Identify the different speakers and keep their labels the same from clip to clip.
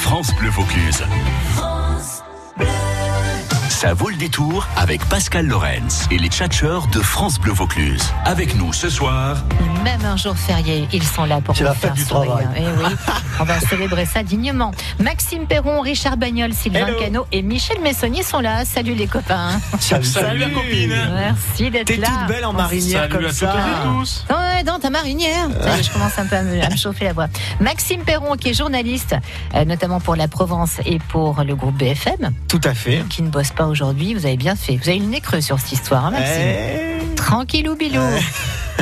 Speaker 1: France Bleu Vaucluse. Ça vaut le détour avec Pascal Lorenz et les tchatcheurs de France Bleu Vaucluse. Avec nous ce soir,
Speaker 2: Même un jour férié, ils sont là pour
Speaker 3: C'est
Speaker 2: vous
Speaker 3: la
Speaker 2: faire
Speaker 3: fête du
Speaker 2: sourire.
Speaker 3: travail.
Speaker 2: Eh oui, on va célébrer ça dignement. Maxime Perron, Richard Bagnol, Sylvain
Speaker 4: Hello.
Speaker 2: Cano et Michel Messonnier sont là. Salut les copains.
Speaker 3: Salut,
Speaker 4: Salut la copine
Speaker 2: Merci d'être là.
Speaker 3: T'es toute belle en marinière
Speaker 4: Salut
Speaker 3: comme
Speaker 4: à toutes
Speaker 3: ça.
Speaker 4: et tous
Speaker 2: Ah ouais, dans ta marinière. Ça y est, Je commence un peu à me, à me chauffer la voix. Maxime Perron, qui est journaliste, euh, notamment pour la Provence et pour le groupe BFM,
Speaker 3: Tout à fait.
Speaker 2: qui ne bosse pas aujourd'hui. Vous avez bien fait. Vous avez le nez creux sur cette histoire, hein, Maxime.
Speaker 3: Eh,
Speaker 2: Tranquillou bilou.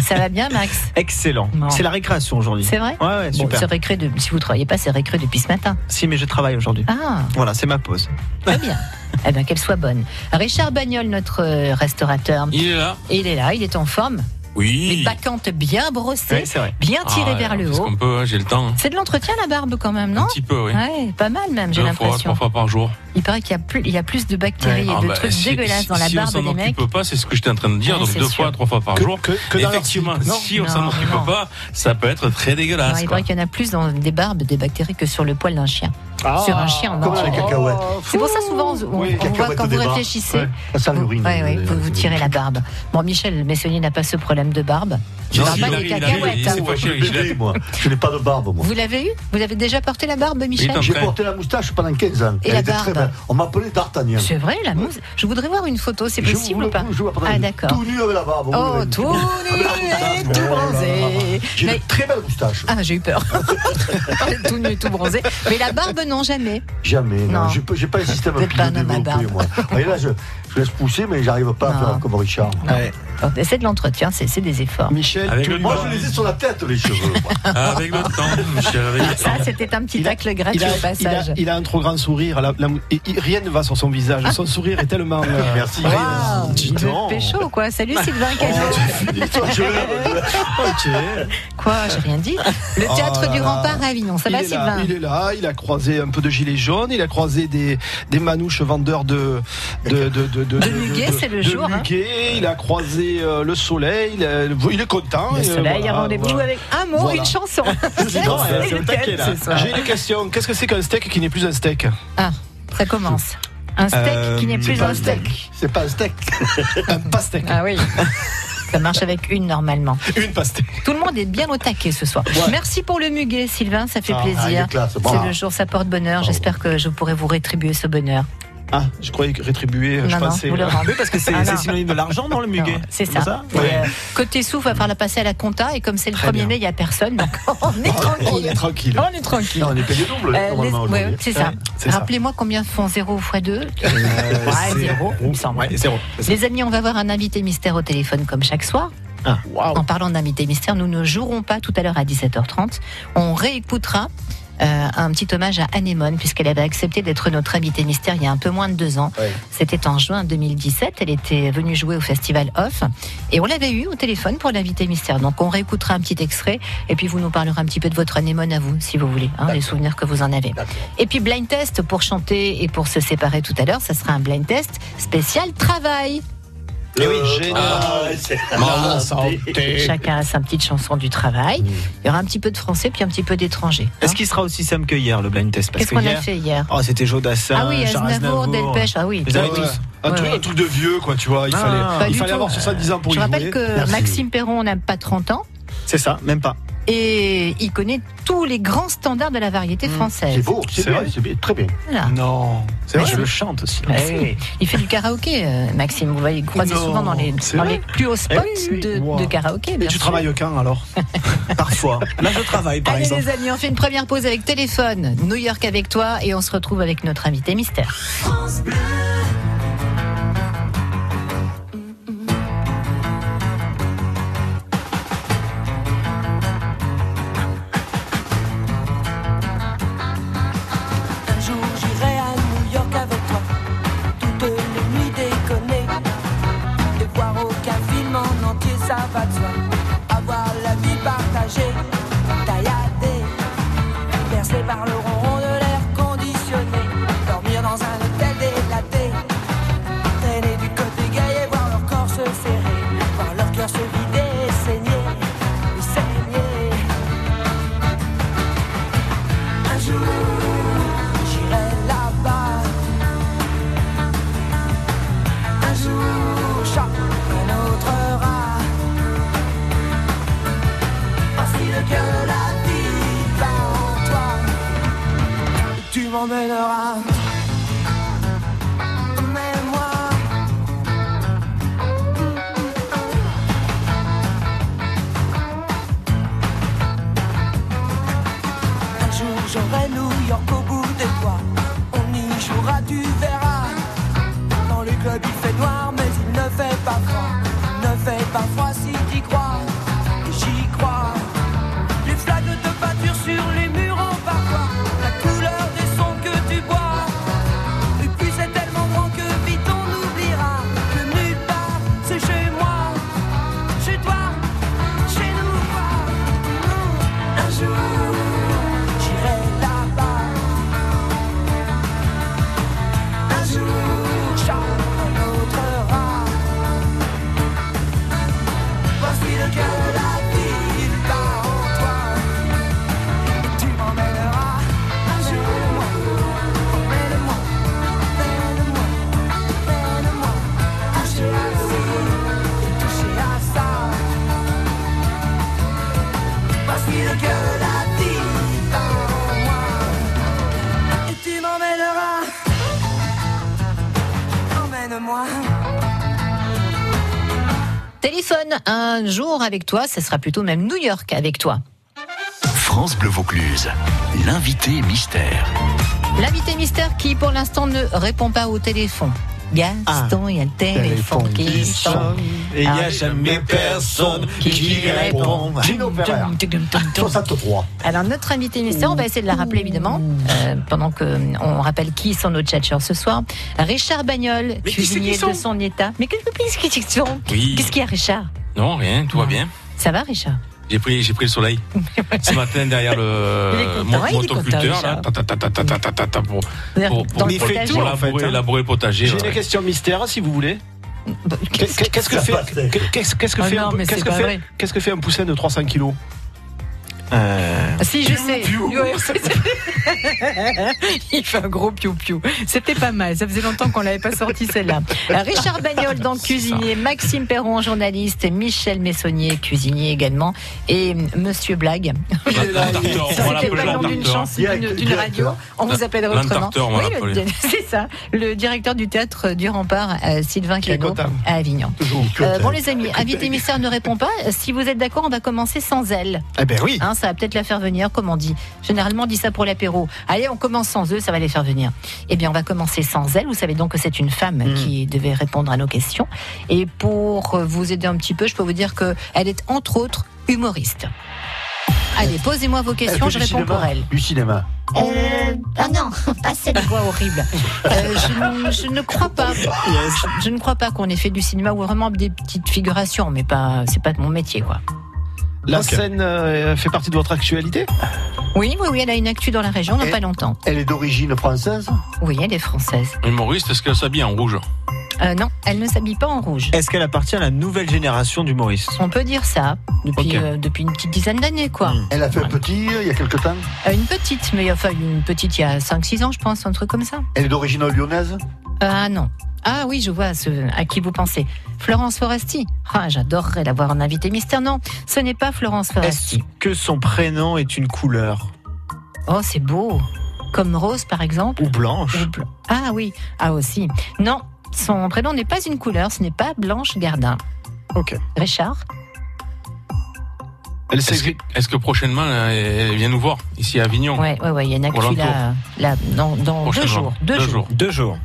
Speaker 2: Ça va bien, Max
Speaker 3: Excellent.
Speaker 2: Bon.
Speaker 3: C'est la récréation aujourd'hui.
Speaker 2: C'est vrai
Speaker 3: Ouais, ouais,
Speaker 2: Bon,
Speaker 3: super.
Speaker 2: c'est récré de, si vous travaillez pas, c'est récré depuis ce matin.
Speaker 3: si, mais je travaille aujourd'hui.
Speaker 2: Ah,
Speaker 3: Voilà, c'est ma pause.
Speaker 2: très bien. Eh bien, qu'elle soit bonne. Richard Bagnol, notre euh, restaurateur,
Speaker 4: Il est là
Speaker 2: il est là, il est en forme. Les
Speaker 4: Oui
Speaker 2: bacchantes bien brossées,
Speaker 3: Ouais, c'est vrai.
Speaker 2: bien tirées
Speaker 4: Ah,
Speaker 2: vers le
Speaker 4: qu'est-ce
Speaker 2: haut.
Speaker 4: qu'on peut, hein, j'ai le temps. hein.
Speaker 2: C'est de l'entretien, la barbe, quand même,
Speaker 4: Un
Speaker 2: non
Speaker 4: petit peu, oui.
Speaker 2: Ouais, pas mal même, j'ai
Speaker 4: Deux fois,
Speaker 2: l'impression.
Speaker 4: trois fois par jour.
Speaker 2: Il paraît qu'il y a plus, il y a plus de bactéries et
Speaker 4: Ah,
Speaker 2: de
Speaker 4: bah,
Speaker 2: trucs
Speaker 4: si-
Speaker 2: dégueulasses
Speaker 4: si-
Speaker 2: dans la
Speaker 4: si
Speaker 2: barbe
Speaker 4: on s'en
Speaker 2: des mecs.
Speaker 4: occupe pas, c'est ce que j'étais en train de dire,
Speaker 2: Ouais,
Speaker 4: donc
Speaker 2: c'est
Speaker 4: deux
Speaker 2: sûr.
Speaker 4: fois, trois fois par jour.
Speaker 3: dans leur
Speaker 4: Effectivement,
Speaker 3: slip, non
Speaker 4: si on
Speaker 2: Non,
Speaker 4: s'en occupe
Speaker 2: non.
Speaker 4: pas, ça peut être très
Speaker 2: Alors,
Speaker 4: dégueulasse.
Speaker 2: il
Speaker 4: quoi.
Speaker 2: paraît qu'il y en a plus dans des barbes des bactéries que sur le poil d'un chien.
Speaker 5: Ah,
Speaker 2: sur un chien, non.
Speaker 3: Comme les cacahuètes.
Speaker 2: C'est pour ça souvent on, on
Speaker 3: Oui, les
Speaker 2: voit
Speaker 3: cacahuètes
Speaker 2: quand
Speaker 3: au
Speaker 2: vous
Speaker 3: débat.
Speaker 2: réfléchissez,
Speaker 3: Ouais. Ça
Speaker 2: vous,
Speaker 3: l'urine.
Speaker 5: euh,
Speaker 2: ouais, ouais, vous, vous tirez la barbe. Bon, Michel Messonnier n'a pas ce problème de barbe. Je
Speaker 4: Non,
Speaker 2: parle
Speaker 4: il
Speaker 2: pas
Speaker 4: l'a-
Speaker 2: des
Speaker 4: il l'a- il
Speaker 2: cacahuètes.
Speaker 4: s'est
Speaker 2: hein.
Speaker 4: fâché avec Gillette.
Speaker 5: moi. Je n'ai pas de barbe, moi.
Speaker 2: Vous l'avez eu Vous avez déjà porté la barbe, Michel
Speaker 4: Il est en
Speaker 5: J'ai
Speaker 4: train-
Speaker 5: porté la moustache pendant 15 ans.
Speaker 2: Et la
Speaker 5: était
Speaker 2: barbe.
Speaker 5: belle. On m'appelait D'Artagnan.
Speaker 2: C'est vrai, la mousse. Je voudrais voir une photo, c'est
Speaker 5: Je
Speaker 2: possible
Speaker 5: vous
Speaker 2: ou pas
Speaker 5: le- je vous la partage.
Speaker 2: Ah d'accord.
Speaker 5: Tout nu avec la barbe. vous
Speaker 2: Oh,
Speaker 5: verrez.
Speaker 2: tout nu,
Speaker 5: moustache.
Speaker 2: tout
Speaker 5: Oh là là là
Speaker 2: bronzé.
Speaker 5: J'ai
Speaker 2: Mais-
Speaker 5: une très belle moustache.
Speaker 2: Ah, j'ai eu peur. tout nu, tout bronzé. Mais la barbe, non, jamais.
Speaker 5: Jamais.
Speaker 2: Non.
Speaker 5: Non, j'ai pas- j'ai pas un système
Speaker 2: Vous êtes pas un homme à
Speaker 5: biodéveloppé,
Speaker 2: barbe.
Speaker 5: moi. Vous voyez, là, je, je laisse pousser, mais j'arrive pas
Speaker 2: Non.
Speaker 5: à faire comme Richard.
Speaker 3: Ouais.
Speaker 2: Bon, C'est de l'entretien, c'est c'est des efforts.
Speaker 3: Michel,
Speaker 4: Avec
Speaker 3: tout
Speaker 4: le Ah,
Speaker 3: nu.
Speaker 5: Moi, je les ai sur la tête, les cheveux. moi.
Speaker 4: Avec le temps, Michel, avec le
Speaker 2: Ça,
Speaker 4: temps.
Speaker 2: c'était un petit
Speaker 3: Il a-
Speaker 2: tacle gratuit
Speaker 3: il a,
Speaker 2: au
Speaker 3: il, a,
Speaker 2: passage.
Speaker 3: il a un trop grand sourire. la- la- et- et rien ne va sur son visage. Son sourire est tellement. euh,
Speaker 5: Merci.
Speaker 2: Ah. Waouh,
Speaker 3: dis
Speaker 2: vous êtes
Speaker 3: donc.
Speaker 2: pécho, quoi. Salut Sylvain
Speaker 5: Oh,
Speaker 2: Cagnon.
Speaker 5: tu finis, toi, je l'aime.
Speaker 3: ok.
Speaker 2: Quoi, j'ai rien dit. Le
Speaker 3: Oh
Speaker 2: théâtre
Speaker 3: là
Speaker 2: du
Speaker 3: là.
Speaker 2: rempart à Avignon, ça
Speaker 3: il,
Speaker 2: va
Speaker 3: est là,
Speaker 2: Sylvain
Speaker 3: il est là, il a croisé un peu de gilets jaunes, il a croisé des, des manouches vendeurs de. De, de, de, de,
Speaker 2: De muguet, c'est le
Speaker 3: de
Speaker 2: jour, hein.
Speaker 3: muguet, il a croisé euh, le soleil, il, est- il est content.
Speaker 2: Le
Speaker 3: et, euh,
Speaker 2: soleil a
Speaker 3: voilà,
Speaker 2: rendez-vous
Speaker 3: voilà.
Speaker 2: avec un mot,
Speaker 3: Voilà.
Speaker 2: une chanson.
Speaker 3: Dis donc,
Speaker 2: C'est
Speaker 3: euh, c'est au
Speaker 2: le
Speaker 3: taquet,
Speaker 2: thème
Speaker 3: là.
Speaker 2: ce soir.
Speaker 3: J'ai une question. Qu'est-ce que c'est qu'un steak qui n'est plus un steak
Speaker 2: Ah, ça commence. Un steak
Speaker 3: Euh,
Speaker 2: qui n'est
Speaker 3: c'est
Speaker 2: plus
Speaker 3: pas
Speaker 2: un
Speaker 3: un
Speaker 2: steak.
Speaker 3: C'est pas un steak. un pastèque.
Speaker 2: Ah oui. Ça marche avec une normalement.
Speaker 3: Une pastèque.
Speaker 2: Tout le monde est bien au taquet ce soir. Merci pour le muguet, Sylvain, ça fait
Speaker 3: Ah,
Speaker 5: Ah, il
Speaker 2: plaisir.
Speaker 5: est classe.
Speaker 2: C'est
Speaker 5: Bon.
Speaker 2: le jour, ça porte bonheur. J'espère que je pourrai vous rétribuer ce bonheur.
Speaker 3: Ah, je croyais que rétribuer,
Speaker 2: Non,
Speaker 3: je
Speaker 2: non,
Speaker 3: pensais.
Speaker 2: vous le
Speaker 3: euh,
Speaker 2: rendez.
Speaker 6: Oui, parce que c'est
Speaker 2: Ah,
Speaker 6: c'est
Speaker 2: non.
Speaker 6: synonyme de l'argent dans le
Speaker 2: Non,
Speaker 6: muguet.
Speaker 2: C'est
Speaker 6: Comme
Speaker 2: ça. Et, euh, côté sou, va falloir la passer à la compta. Et comme c'est le 1er
Speaker 3: bien. Oh,
Speaker 2: mai, il n'y a personne. Donc on est
Speaker 3: On
Speaker 2: tranquille.
Speaker 3: est tranquille.
Speaker 2: On est tranquille.
Speaker 5: Non, on est payé double,
Speaker 2: Euh, les-
Speaker 5: normalement,
Speaker 2: ouais,
Speaker 5: aujourd'hui.
Speaker 2: c'est ça.
Speaker 3: c'est ça.
Speaker 2: Rappelez-moi combien font 0 x 2
Speaker 6: Euh,
Speaker 2: Ouais, zéro, il me semble. Hein
Speaker 3: Ouais, zéro. C'est ça.
Speaker 2: Les amis, on va avoir un invité mystère au téléphone comme chaque soir.
Speaker 3: Ah, waouh.
Speaker 2: En parlant d'invité mystère, nous ne jouerons pas tout à l'heure à 17h30. On réécoutera euh, un petit hommage à Anémone, puisqu'elle avait accepté d'être notre invitée mystère il y a un peu moins de deux ans.
Speaker 3: Ouais.
Speaker 2: C'était en juin 2017. Elle était venue jouer au festival Off. Et on l'avait eu au téléphone pour l'invité mystère. Donc on réécoutera un petit extrait. Et puis vous nous parlerez un petit peu de votre Anémone à vous, si vous voulez, hein, les souvenirs que vous en avez. Et puis blind test pour chanter et pour se séparer tout à l'heure. Ça sera un blind test spécial travail.
Speaker 3: Eh oui, génial.
Speaker 5: Ah, c'est-
Speaker 3: Maman, santé. Mm.
Speaker 2: Chacun a sa petite chanson du travail. Il y aura un petit peu de français puis un petit peu d'étranger. hein.
Speaker 6: Est-ce qu'il sera aussi simple que hier, le blind test Parce
Speaker 2: Qu'est-ce
Speaker 6: que
Speaker 2: qu'on a
Speaker 6: hier,
Speaker 2: fait hier
Speaker 6: oh, c'était Joe Dassin,
Speaker 2: Ah oui,
Speaker 6: Charles
Speaker 2: Aznavour,
Speaker 6: Aznavour.
Speaker 2: Delpech, ah oui.
Speaker 6: Vous avez
Speaker 3: Ouais.
Speaker 6: tous.
Speaker 3: Un,
Speaker 2: Ouais,
Speaker 3: truc,
Speaker 2: ouais.
Speaker 3: un truc de vieux, quoi, tu vois. Il
Speaker 6: Ah,
Speaker 2: pas
Speaker 3: fallait, il
Speaker 2: du
Speaker 3: fallait
Speaker 2: tout.
Speaker 3: avoir 70 ans pour
Speaker 2: Je
Speaker 3: y
Speaker 2: rappelle
Speaker 3: jouer.
Speaker 2: que
Speaker 5: Merci.
Speaker 2: Maxime Perron n'a pas 30 ans
Speaker 3: C'est ça, même pas.
Speaker 2: et il connaît tous les grands standards de la variété
Speaker 5: C'est
Speaker 2: française.
Speaker 5: beau,
Speaker 3: Mm. C'est
Speaker 5: c'est bien,
Speaker 3: vrai.
Speaker 5: c'est bien, très bien.
Speaker 2: Voilà.
Speaker 3: Non. C'est
Speaker 2: Mais
Speaker 3: vrai,
Speaker 2: je-
Speaker 3: je le chante aussi.
Speaker 2: Ah, si. Il fait du karaoké, euh, Maxime. Vous voyez, croisez
Speaker 3: Non,
Speaker 2: souvent dans les,
Speaker 3: c'est
Speaker 2: dans
Speaker 3: vrai
Speaker 2: les plus hauts spots
Speaker 3: Eh oui, oui.
Speaker 2: de,
Speaker 3: Wow.
Speaker 2: de karaoké.
Speaker 3: Mais
Speaker 2: bien
Speaker 3: tu
Speaker 2: sûr.
Speaker 3: travailles au camp alors
Speaker 6: Parfois. Là, je travaille, par
Speaker 2: Allez
Speaker 6: exemple.
Speaker 2: les amis, on fait une première pause avec téléphone. New York avec toi et on se retrouve avec notre invité mystère.
Speaker 7: Un jour j'irai à New York avec toi, toutes les nuits déconner. Et voir aucun film en entier, ça va de soi. Avoir la vie partagée, tailladée, bercée par le ronron de l'air conditionné. Dormir dans un hôtel délaté, traîner du côté gay et voir leur corps se serrer, voir leur cœur se vider et saigner, et saigner. Un jour. J'irai
Speaker 8: m'emmènera. Emmène-moi. Un jour j'aurai New York au bout des doigts. On y jouera, tu verras. Dans le club il fait noir, mais il ne fait pas froid. Il ne fait pas froid si t'y crois. Et j'y crois. Les flaques de peinture sur les murs en parfois. La couleur des sons que tu bois. Et puis c'est tellement grand que vite on oubliera. Que nulle part, c'est chez moi. Chez toi, chez nous. quoi. Un jour, j'irai là-bas. Un jour, Charles notre rat. Voici le cœur de la ville par en toi. Tu m'emmèneras un jour. Emmène-moi, emmène-moi, emmène-moi. Touché à ci, touché à ça. Voici le cœur de la ville par en moi. Et tu m'emmèneras. Emmène-moi.
Speaker 2: Téléphone un jour avec toi, ce sera plutôt même New York avec toi.
Speaker 9: France Bleu Vaucluse, l'invité mystère.
Speaker 2: L'invité mystère qui pour l'instant ne répond pas au téléphone. Gaston, il y a le téléphone
Speaker 10: téléphone
Speaker 2: qui
Speaker 10: qui
Speaker 2: sonne.
Speaker 6: Et il n'y
Speaker 2: Ah.
Speaker 6: a jamais personne qui répond.
Speaker 10: Gino Ferrer. 63.
Speaker 2: Alors notre invité mystère, on va essayer de la rappeler évidemment, euh, pendant que euh, on rappelle qui sont nos chatcheurs ce soir. Richard Bagnol,
Speaker 4: Mais qui c'est
Speaker 2: cuisinier
Speaker 4: qui sont
Speaker 2: de son état. Mais qu'est-ce que- qu'est-ce qu'ils sont
Speaker 4: Oui.
Speaker 2: Qu'est-ce qu'il y a Richard
Speaker 4: Non, rien, tout va bien.
Speaker 2: Ça va Richard
Speaker 4: J'ai pris, j'ai pris le soleil. Ce matin, derrière
Speaker 2: Il est
Speaker 4: le,
Speaker 2: content,
Speaker 4: mon,
Speaker 2: il
Speaker 4: mon
Speaker 2: est content,
Speaker 4: computer, là,
Speaker 2: Richard.
Speaker 4: ta, ta, ta, ta, ta, ta, ta, ta, ta, pour, pour, pour,
Speaker 2: le
Speaker 6: il fait
Speaker 2: potager.
Speaker 6: tout,
Speaker 4: pour
Speaker 6: là. en fait,
Speaker 4: labourer,
Speaker 6: hein.
Speaker 4: labourer le potager.
Speaker 3: J'ai
Speaker 4: ouais.
Speaker 3: une question mystère, si vous voulez.
Speaker 2: Bah,
Speaker 6: Qu'est-ce que- qu'est-ce que
Speaker 10: Ça
Speaker 6: fait
Speaker 10: passe.
Speaker 6: qu'est-ce- qu'est-ce que
Speaker 2: Ah
Speaker 6: fait
Speaker 2: non,
Speaker 6: un-
Speaker 2: mais
Speaker 6: qu'est-ce
Speaker 2: c'est
Speaker 6: que
Speaker 2: pas
Speaker 6: fait-
Speaker 2: vrai.
Speaker 3: Qu'est-ce que fait un poussin de 300 kilos
Speaker 6: Euh,
Speaker 2: Ah, Si, je sais. Ouais, c'est- Il fait un gros piou-piou. C'était pas mal. Ça faisait longtemps qu'on l'avait pas sorti, celle-là. Euh, Richard Bagnol, donc
Speaker 4: C'est
Speaker 2: cuisinier. Maxime Perron, journaliste. Michel Messonnier, cuisinier également. Et euh, Monsieur Blague.
Speaker 4: L'Antarcteur,
Speaker 2: Ça,
Speaker 4: on va
Speaker 2: C'était
Speaker 4: l'appeler
Speaker 2: pas le nom d'une
Speaker 4: l'Antarcteur.
Speaker 2: chanson, d'une
Speaker 10: Direct-
Speaker 2: d'une radio.
Speaker 10: directeur.
Speaker 2: On vous appellera autrement.
Speaker 4: L'Antarcteur, on va
Speaker 2: le- c'est ça. Le directeur du théâtre du Rempart, euh, Sylvain
Speaker 3: Qui est
Speaker 2: Clénaud,
Speaker 3: content.
Speaker 2: à Avignon.
Speaker 10: Toujours.
Speaker 2: Euh, bon, les amis, invité mystère ne répond pas. Si vous êtes d'accord, on va commencer sans elle.
Speaker 6: Eh ben oui.
Speaker 2: Hein, ça va peut-être la faire venir, comme on dit. Généralement, on dit ça pour l'apéro. Allez, on commence sans eux, ça va les faire venir. Eh bien, on va commencer sans elle. Vous savez donc que c'est une femme
Speaker 10: Hmm.
Speaker 2: qui devait répondre à nos questions. Et pour euh, vous aider un petit peu, je peux vous dire que elle est entre autres humoriste. Allez, posez-moi vos
Speaker 10: Elle
Speaker 2: questions,
Speaker 10: fait
Speaker 2: je
Speaker 10: du
Speaker 2: réponds
Speaker 10: cinéma.
Speaker 2: pour elle.
Speaker 10: Du cinéma.
Speaker 2: Euh, ah non, pas cette voix horrible. Euh, je, ne- je ne crois pas. Je, je ne crois pas qu'on ait fait du cinéma ou vraiment des petites figurations, mais pas. C'est pas de mon métier, quoi.
Speaker 3: La scène euh, fait partie de votre actualité
Speaker 2: Oui, oui, oui, elle a une actu dans la région, dans
Speaker 10: Et-
Speaker 2: pas longtemps.
Speaker 10: Elle est d'origine française
Speaker 2: Oui, elle est française.
Speaker 4: Humoriste, est-ce qu'elle s'habille en rouge
Speaker 2: Euh, non, elle ne s'habille pas en rouge.
Speaker 6: Est-ce qu'elle appartient à la nouvelle génération d'humoristes
Speaker 2: On peut dire ça depuis,
Speaker 6: Ok.
Speaker 2: euh, depuis une petite dizaine d'années, quoi.
Speaker 6: Mm.
Speaker 10: Hmm. Elle a fait un petit euh, il y a quelque temps.
Speaker 2: Euh, une petite, mais enfin une petite il y a 5-6 ans, je pense, un truc comme ça.
Speaker 10: Elle est d'origine lyonnaise
Speaker 2: Ah non. Ah oui, je vois ce, à qui vous pensez. Florence Foresti. Ah, j'adorerais l'avoir en invité mystère. Non, ce n'est pas Florence
Speaker 6: Est-ce
Speaker 2: Foresti.
Speaker 6: que son prénom est une couleur
Speaker 2: Oh, c'est beau. Comme Rose, par exemple.
Speaker 6: ou blanche
Speaker 2: Ou blanc. Ah oui, ah aussi. Non, son prénom n'est pas une couleur, ce n'est pas Blanche Gardin.
Speaker 6: Ok.
Speaker 2: Richard
Speaker 3: Elle
Speaker 4: Est-ce que,
Speaker 3: s'écrit.
Speaker 4: est-ce que prochainement, euh, elle vient nous voir, ici à Avignon
Speaker 2: Ouais, ouais, ouais, il y a une actu
Speaker 4: Au
Speaker 2: là, là, dans, dans deux
Speaker 4: Prochainement.
Speaker 2: jours. Deux, jours.
Speaker 6: Deux jours.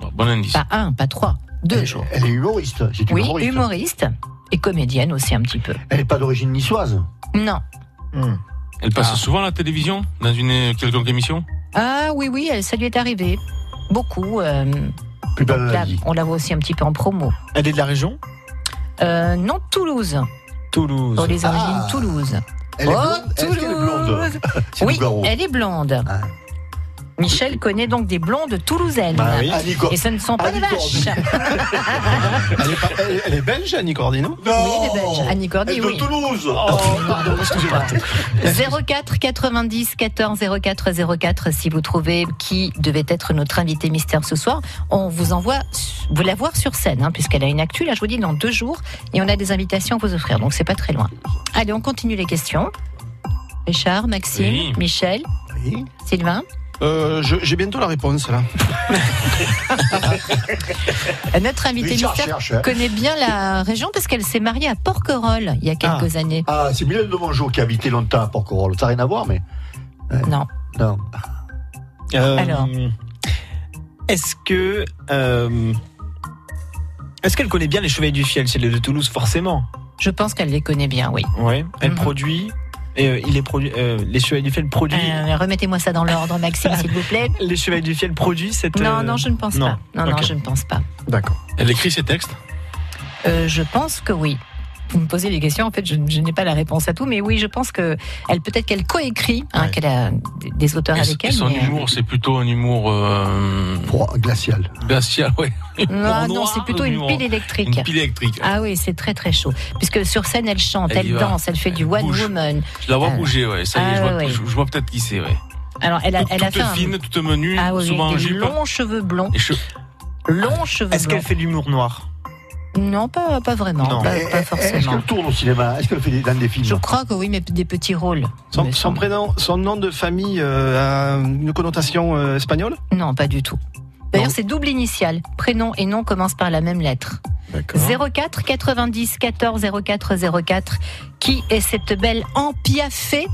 Speaker 4: Bon, Bon indice.
Speaker 2: Pas un, pas trois, deux
Speaker 10: Elle-
Speaker 2: jours.
Speaker 10: Elle est humoriste. C'est une
Speaker 2: Oui,
Speaker 10: humoriste.
Speaker 2: humoriste et comédienne aussi un petit peu.
Speaker 10: Elle n'est pas d'origine niçoise.
Speaker 2: Non.
Speaker 6: Hmm.
Speaker 4: Elle passe
Speaker 6: Ah.
Speaker 4: souvent à la télévision, dans une euh, quelconque émission
Speaker 2: Ah oui, oui, elle- ça lui est arrivé. Beaucoup. euh,
Speaker 10: Plus belle
Speaker 2: là,
Speaker 10: maladie.
Speaker 2: on la voit aussi un petit peu en promo.
Speaker 6: Elle est de la région
Speaker 2: Euh, non, Toulouse.
Speaker 6: Toulouse.
Speaker 2: Pour les
Speaker 10: Ah.
Speaker 2: origines, Toulouse.
Speaker 10: Elle est
Speaker 2: Oh,
Speaker 10: blonde. Est-ce qu'elle est blonde
Speaker 2: Toulouse.
Speaker 10: C'est
Speaker 2: Oui,
Speaker 10: Nougaro.
Speaker 2: elle est blonde.
Speaker 10: Ah.
Speaker 2: Michel connaît donc des blondes toulousaines.
Speaker 6: Bah oui.
Speaker 10: Annie Cor-
Speaker 2: Et ce ne sont pas des
Speaker 10: Annie
Speaker 2: vaches.
Speaker 10: Cordy.
Speaker 3: Elle est, pas- Bah, elle- elle est belge, Annie Cordino
Speaker 2: Oui, des Belges. Annie
Speaker 10: Elle
Speaker 2: Cordy,
Speaker 10: est
Speaker 2: oui.
Speaker 10: de Toulouse.
Speaker 3: Oh,
Speaker 10: Ah,
Speaker 2: 04 90 14 04 04 si vous trouvez qui devait être notre invité mystère ce soir, on vous envoie s- vous la voir sur scène hein, puisqu'elle a une actu là je vous dis dans deux jours et on a des invitations à vous offrir donc c'est pas très loin. Allez on continue les questions. Richard, Maxime,
Speaker 4: Oui.
Speaker 2: Michel,
Speaker 10: Oui.
Speaker 2: Sylvain,
Speaker 3: Euh, je- J'ai bientôt la réponse là.
Speaker 2: Notre invité
Speaker 5: Richard
Speaker 2: mystère
Speaker 5: cherche, hein.
Speaker 2: connaît bien la région parce qu'elle s'est mariée à Porquerolles il y a quelques années.
Speaker 5: Ah, c'est Mylène de Mongeau qui a habité longtemps à Porquerolles. Ça n'a rien à voir, mais. hein?
Speaker 2: Non.
Speaker 5: Non.
Speaker 6: Euh,
Speaker 2: Alors.
Speaker 6: Est-ce que. euh, est-ce qu'elle connaît bien les Chevaliers du Fiel C'est les de Toulouse, forcément.
Speaker 2: Je pense qu'elle les connaît bien, oui.
Speaker 6: Ouais. Elle
Speaker 2: Mhm.
Speaker 6: produit. Et, euh, il est produit euh, les Chevaliers du Fiel produit.
Speaker 2: Euh, Remettez-moi ça dans l'ordre, Maxime, s'il vous plaît.
Speaker 6: Les Chevaliers du Fiel produit cette. euh,
Speaker 2: Non, non, je ne pense
Speaker 6: non.
Speaker 2: pas. Non, non,
Speaker 6: Ok.
Speaker 2: je ne pense pas.
Speaker 6: D'accord.
Speaker 4: Elle écrit ses textes.
Speaker 2: Euh, je pense que oui. Vous me posez des questions, en fait, je, je n'ai pas la réponse à tout, mais oui, je pense que elle peut-être qu'elle coécrit, hein,
Speaker 6: Ouais.
Speaker 2: qu'elle a des- des auteurs
Speaker 4: Et
Speaker 2: avec
Speaker 4: et
Speaker 2: elle.
Speaker 4: son
Speaker 2: mais, euh,
Speaker 4: humour, c'est plutôt un humour euh,
Speaker 5: Froid, glacial.
Speaker 4: glacial, ouais.
Speaker 2: non,
Speaker 4: Humour
Speaker 2: Ah, non,
Speaker 4: noir,
Speaker 2: c'est plutôt
Speaker 4: un
Speaker 2: une
Speaker 4: humour-
Speaker 2: pile électrique.
Speaker 4: Une pile électrique.
Speaker 2: Ah oui, c'est très très chaud. Puisque sur scène, elle chante,
Speaker 4: Elle
Speaker 2: elle,
Speaker 4: y va.
Speaker 2: danse, elle fait du
Speaker 4: Elle
Speaker 2: one
Speaker 4: bouge.
Speaker 2: woman.
Speaker 4: Je la vois
Speaker 2: Ah.
Speaker 4: bouger, ouais. Ça y est,
Speaker 2: Ah,
Speaker 4: je vois,
Speaker 2: ouais, ouais.
Speaker 4: je- je vois peut-être qui c'est, ouais.
Speaker 2: Alors, elle a,
Speaker 4: toute
Speaker 2: elle a fait un-
Speaker 4: fine, toute menue,
Speaker 2: Ah oui,
Speaker 4: souvent en
Speaker 2: avec des
Speaker 4: jupe.
Speaker 2: longs cheveux blonds.
Speaker 4: Et che-
Speaker 2: Longs cheveux
Speaker 6: Est-ce
Speaker 2: blonds.
Speaker 6: qu'elle fait de l'humour noir
Speaker 2: Non, pas, pas vraiment.
Speaker 6: Non.
Speaker 2: Pas,
Speaker 5: Eh,
Speaker 2: pas
Speaker 5: eh, Est-ce
Speaker 2: forcément.
Speaker 5: qu'elle tourne au cinéma Est-ce qu'elle fait des- dans des films
Speaker 2: Je crois que oui, mais des petits rôles.
Speaker 3: Son,
Speaker 2: me
Speaker 3: son
Speaker 2: semble.
Speaker 3: prénom, son nom de famille euh, a une connotation euh, espagnole
Speaker 2: Non, pas du tout. D'ailleurs, c'est double initial. Prénom et nom commencent par la même lettre. 04 90 14 04 04. Qui est cette belle empiaffée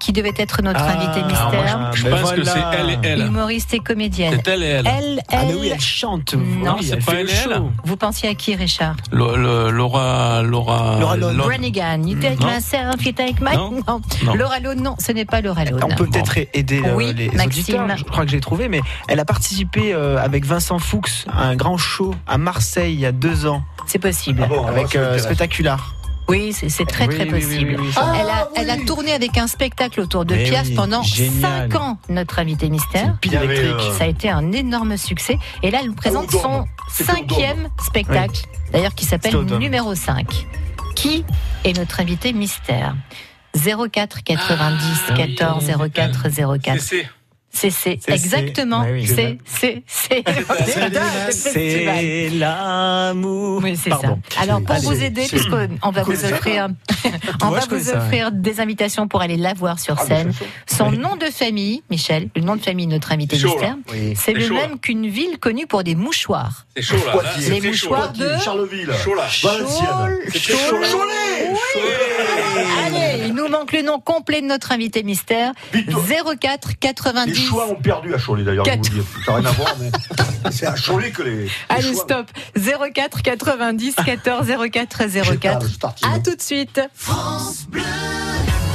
Speaker 2: qui devait être notre
Speaker 6: Ah.
Speaker 2: invitée
Speaker 4: alors moi,
Speaker 2: mystère
Speaker 4: je pense que c'est elle et elle.
Speaker 2: Humoriste et comédienne.
Speaker 4: C'est elle et elle.
Speaker 2: Elle,
Speaker 6: Ah, mais
Speaker 2: elle,
Speaker 6: oui, elle chante.
Speaker 2: Non,
Speaker 6: Oui,
Speaker 4: c'est
Speaker 6: elle
Speaker 4: pas
Speaker 6: fait
Speaker 4: elle
Speaker 6: le
Speaker 4: et elle.
Speaker 6: show.
Speaker 2: vous pensiez à qui, Richard
Speaker 4: Lo- lo- Laura, Laura,
Speaker 6: Laura Lone.
Speaker 4: Lone.
Speaker 2: Brannigan. You take
Speaker 4: Non.
Speaker 2: my self, you take my.
Speaker 4: Non. Non.
Speaker 2: Laura Lone, non, ce n'est pas Laura Lone.
Speaker 6: On peut peut-être aider euh,
Speaker 2: Oui,
Speaker 6: les
Speaker 2: Maxime.
Speaker 6: auditeurs. Je crois que j'ai trouvé, mais elle a participé euh, avec Vincent Fuchs à un grand show à Marseille il y a deux ans
Speaker 2: C'est possible.
Speaker 5: Ah bon, alors,
Speaker 6: avec
Speaker 5: ça
Speaker 6: euh,
Speaker 5: m'intéresse.
Speaker 6: Spectacular.
Speaker 2: Oui, c'est c'est très
Speaker 6: Oui,
Speaker 2: très
Speaker 6: oui, oui,
Speaker 2: possible.
Speaker 6: oui, oui, ça-
Speaker 2: elle, a, elle a tourné avec un spectacle autour de
Speaker 6: Mais
Speaker 2: Piaf
Speaker 6: oui,
Speaker 2: pendant
Speaker 6: génial.
Speaker 2: 5 ans, notre invité
Speaker 6: C'est une
Speaker 2: mystère.
Speaker 6: pile
Speaker 5: Il y avait,
Speaker 6: électrique.
Speaker 5: euh,
Speaker 2: Ça a été un énorme succès. Et là, elle nous présente
Speaker 5: au Dôme.
Speaker 2: son
Speaker 5: C'était au
Speaker 2: cinquième spectacle, d'ailleurs qui s'appelle
Speaker 6: C'était au Dôme.
Speaker 2: Numéro 5. Qui est notre invité mystère 04 90
Speaker 4: Ah, oui,
Speaker 2: 14 04 04.
Speaker 4: C'est- c'est-
Speaker 2: C'est c'est
Speaker 6: C'est-
Speaker 2: exactement.
Speaker 6: Mais oui.
Speaker 2: C'est c'est c'est. C'est
Speaker 6: C'est l'amour.
Speaker 2: Oui, c'est ça.
Speaker 6: Pardon.
Speaker 2: Alors, pour
Speaker 6: Allez,
Speaker 2: vous aider,
Speaker 6: c'est-
Speaker 2: puisqu'on va vous
Speaker 5: Connais-tu
Speaker 2: offrir, on
Speaker 6: Moi,
Speaker 2: va
Speaker 6: je connais
Speaker 2: vous
Speaker 6: ça, ouais.
Speaker 2: offrir des invitations pour aller la voir sur
Speaker 5: Ah, mais
Speaker 2: scène.
Speaker 5: c'est chaud.
Speaker 2: Son
Speaker 6: Ouais.
Speaker 2: nom de famille, Michel, le nom de famille de notre invité
Speaker 4: C'est chaud,
Speaker 2: mystère,
Speaker 5: Oui.
Speaker 2: c'est
Speaker 4: C'est
Speaker 2: le
Speaker 4: chaud, là.
Speaker 2: même qu'une ville connue pour des mouchoirs.
Speaker 4: C'est chaud là. là,
Speaker 5: Poitiers.
Speaker 4: c'est
Speaker 2: Les
Speaker 4: très chaud, là.
Speaker 2: mouchoirs de
Speaker 5: Charleville.
Speaker 4: Chaud là.
Speaker 5: Valenciennes.
Speaker 2: Chaul-
Speaker 4: C'est chaud, là.
Speaker 2: Chaul- Allez, il nous manque le nom complet de notre invité mystère.
Speaker 5: Vito-
Speaker 2: 04
Speaker 5: Les
Speaker 2: 90.
Speaker 5: choix ont perdu à Cholet d'ailleurs, je vous
Speaker 2: Quatre.
Speaker 5: le dis. Ça n'a rien à voir, mais c'est à Cholet que les. les
Speaker 2: Allez,
Speaker 5: Choix-
Speaker 2: stop. 04 90 14 04
Speaker 5: Je
Speaker 2: 04.
Speaker 5: parle, je tartine.
Speaker 2: À tout de suite.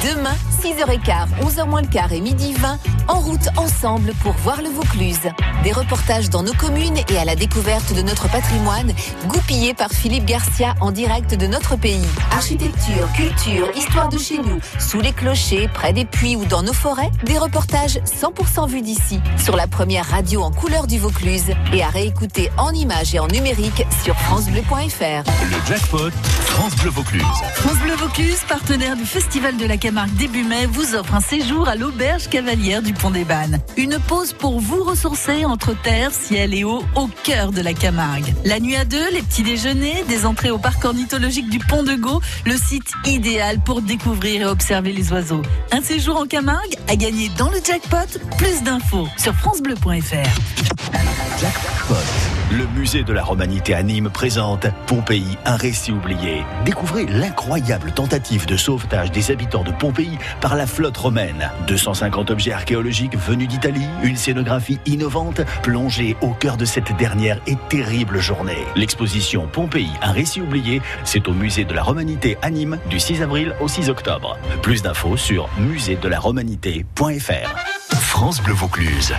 Speaker 11: Demain, 6h15, 11h moins le quart et midi 20, en route ensemble pour voir le Vaucluse. Des reportages dans nos communes et à la découverte de notre patrimoine, goupillé par Philippe Garcia en direct de notre pays. Architecture, culture, histoire de chez nous, sous les clochers, près des puits ou dans nos forêts, des reportages 100% vus d'ici, sur la première radio en couleur du Vaucluse et à réécouter en images et en numérique sur FranceBleu.fr.
Speaker 1: Le jackpot France Bleu Vaucluse.
Speaker 12: France Bleu Vaucluse, partenaire du Festival de la Camargue début mai, vous offre un séjour à l'auberge cavalière du Pont des Bannes. Une pause pour vous ressourcer entre terre, ciel et eau au cœur de la Camargue. La nuit à deux, les petits déjeuners, des entrées au parc ornithologique du Pont de Gau, le site idéal pour découvrir et observer les oiseaux. Un séjour en Camargue à gagner dans le jackpot. Plus d'infos sur francebleu.fr.
Speaker 1: Jackpot. Le musée de la Romanité à Nîmes présente Pompéi, un récit oublié. Découvrez l'incroyable tentative de sauvetage des habitants de Pompéi par la flotte romaine. 250 objets archéologiques venus d'Italie, une scénographie innovante plongée au cœur de cette dernière et terrible journée. L'exposition Pompéi, un récit oublié, c'est au musée de la Romanité à Nîmes du 6 avril au 6 octobre. Plus d'infos sur muséedelaromanité.fr. France Bleu Vaucluse,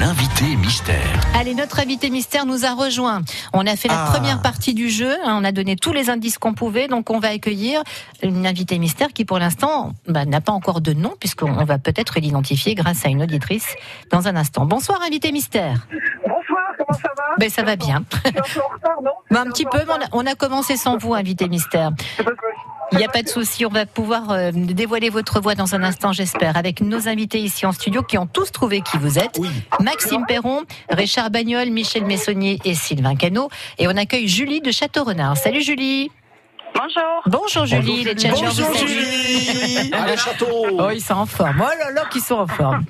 Speaker 1: l'invité mystère.
Speaker 2: Allez, notre invité mystère nous a rejoint. On a fait la
Speaker 6: Ah.
Speaker 2: première partie du jeu, hein, on a donné tous les indices qu'on pouvait, donc on va accueillir une invitée mystère qui pour l'instant bah, n'a pas encore de nom, puisqu'on on va peut-être l'identifier grâce à une auditrice dans un instant. Bonsoir invité mystère.
Speaker 13: Bonsoir, comment ça va
Speaker 2: Ben ça va bien.
Speaker 13: Je suis un peu en retard, non
Speaker 2: Bah, un petit peu, mais on a, on a commencé sans vous invité mystère.
Speaker 13: C'est parce que-
Speaker 2: Il n'y a pas de souci, on va pouvoir euh, dévoiler votre voix dans un instant, j'espère, avec nos invités ici en studio qui ont tous trouvé qui vous êtes. Maxime Perron, Richard Bagnol, Michel Messonnier et Sylvain Cano. Et on accueille Julie de Château-Renard. Salut Julie.
Speaker 13: Bonjour.
Speaker 2: Bonjour Julie, les challengers.
Speaker 6: Bonjour
Speaker 2: vous êtes-
Speaker 6: Julie
Speaker 5: Allez, château
Speaker 2: Oh, ils sont en forme. Oh là là, qu'ils sont en forme.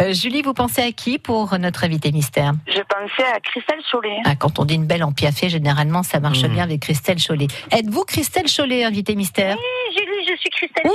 Speaker 2: Euh, Julie, vous pensez à qui pour notre invité mystère
Speaker 13: Je pensais à Christelle Chollet.
Speaker 2: Ah, Quand on dit une belle empiaffée, généralement, ça marche bien avec Christelle Chollet. Êtes-vous Christelle Chollet, invité mystère
Speaker 13: Oui, j'ai lu, je suis Christelle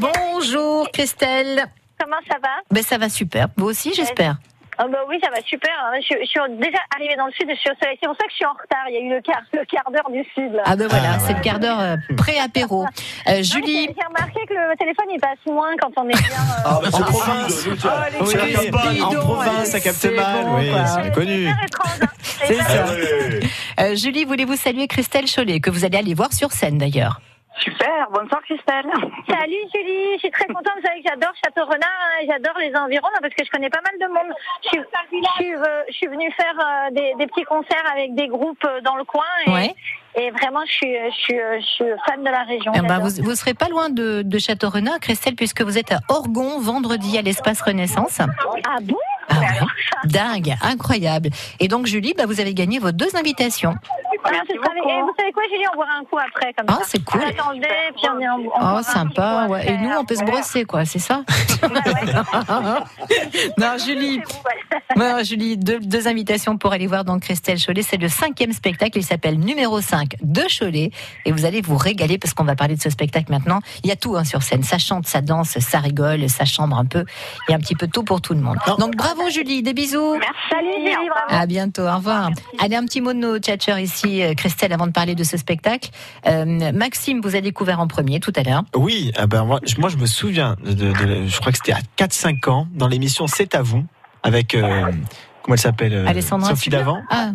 Speaker 2: Bravo, bonjour Christelle.
Speaker 13: Comment ça va
Speaker 2: Ben, ça va super. Vous aussi, j'espère.
Speaker 13: Oh bah oui, ça va super. hein. Je, je suis déjà arrivée dans le sud, je suis au soleil. C'est pour ça que je suis en retard. Il y a eu le quart, le quart d'heure du sud. là. Ah,
Speaker 2: Ah ben voilà, c'est le quart d'heure euh, pré-apéro. Euh,
Speaker 13: Non, mais
Speaker 2: Julie,
Speaker 13: J'ai j'ai remarqué que le téléphone il passe moins quand on est bien. euh,
Speaker 5: Ah, bah, c'est
Speaker 6: En
Speaker 5: trop
Speaker 6: province. Ah,
Speaker 5: vite, nous, tu-
Speaker 13: Oh, les
Speaker 5: c'est la
Speaker 13: filles,
Speaker 5: campagne.
Speaker 13: dis
Speaker 6: En
Speaker 13: donc,
Speaker 6: province, ça capte mal, oui, c'est connu.
Speaker 13: super étrange, hein.
Speaker 6: C'est
Speaker 5: Ah,
Speaker 6: ça.
Speaker 5: ouais.
Speaker 2: euh, Julie, voulez-vous saluer Christelle Chollet, que vous allez aller voir sur scène d'ailleurs
Speaker 13: Super, bonsoir Christelle. Salut Julie, je suis très contente, vous savez que j'adore Château-Renard, hein, et j'adore les environs hein, parce que je connais pas mal de monde. Je suis, je suis, euh, je suis venue faire euh, des, des petits concerts avec des groupes euh, dans le coin et,
Speaker 2: Ouais.
Speaker 13: et vraiment je suis, je, suis, euh, je suis fan de la région.
Speaker 2: Eh ben,
Speaker 13: j'adore.
Speaker 2: vous, vous serez pas loin de, de Château-Renard, Christelle, puisque vous êtes à Orgon vendredi à l'espace Renaissance.
Speaker 13: Ah bon
Speaker 2: Ah ouais. Dingue, incroyable. Et donc Julie, bah, vous avez gagné vos deux invitations.
Speaker 13: Ah, ce sera- eh, Vous savez quoi Julie, on boira un coup après comme
Speaker 2: Ah,
Speaker 13: ça.
Speaker 2: c'est cool.
Speaker 13: On attendait, puis on, est en- on boira
Speaker 2: Oh
Speaker 13: un
Speaker 2: sympa,
Speaker 13: coup
Speaker 2: ouais.
Speaker 13: après,
Speaker 2: Et nous on peut se
Speaker 13: après.
Speaker 2: brosser quoi, c'est ça Non Julie,
Speaker 13: C'est vous, ouais.
Speaker 2: Voilà, Julie, deux, deux invitations pour aller voir donc Christelle Chollet. C'est le cinquième spectacle. Il s'appelle Numéro 5 de Chollet. Et vous allez vous régaler parce qu'on va parler de ce spectacle maintenant. Il y a tout hein, sur scène. Ça chante, ça danse, ça rigole, ça chambre un peu. Il y a un petit peu tout pour tout le monde. Donc bravo Julie, des bisous.
Speaker 13: Salut Julie, bravo.
Speaker 2: À bientôt, au revoir. Allez, un petit mot de nos tchatchers ici, euh, Christelle, avant de parler de ce spectacle. Euh, Maxime vous a découvert en premier tout à l'heure.
Speaker 6: Oui, ah ben moi, je- moi, je me souviens, de, de- de- je crois que c'était à 4-5 ans, dans l'émission C'est à vous, avec, euh, comment elle s'appelle euh,
Speaker 2: Alessandra
Speaker 6: Sophie Davant,
Speaker 2: Ah,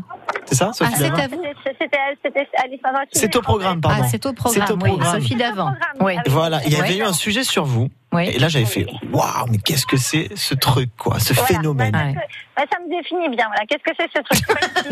Speaker 6: c'est ça
Speaker 2: ah,
Speaker 6: Sophie
Speaker 2: c'est
Speaker 6: Davant
Speaker 2: à vous.
Speaker 13: C'était- C'était c'était Alice Marotti.
Speaker 6: C'est au programme, pardon.
Speaker 2: Ah, c'est au programme.
Speaker 6: C'est au
Speaker 2: oui.
Speaker 6: programme.
Speaker 2: Sophie Davant. Oui.
Speaker 13: Ah
Speaker 6: Voilà, il y
Speaker 2: Ouais.
Speaker 6: avait eu un sujet sur vous,
Speaker 2: Oui.
Speaker 6: et là j'avais fait, waouh, mais qu'est-ce que c'est ce truc, quoi, ce
Speaker 13: Voilà.
Speaker 6: phénomène
Speaker 2: Ouais.
Speaker 13: Bah, ça me définit bien. Voilà. Qu'est-ce que c'est ce truc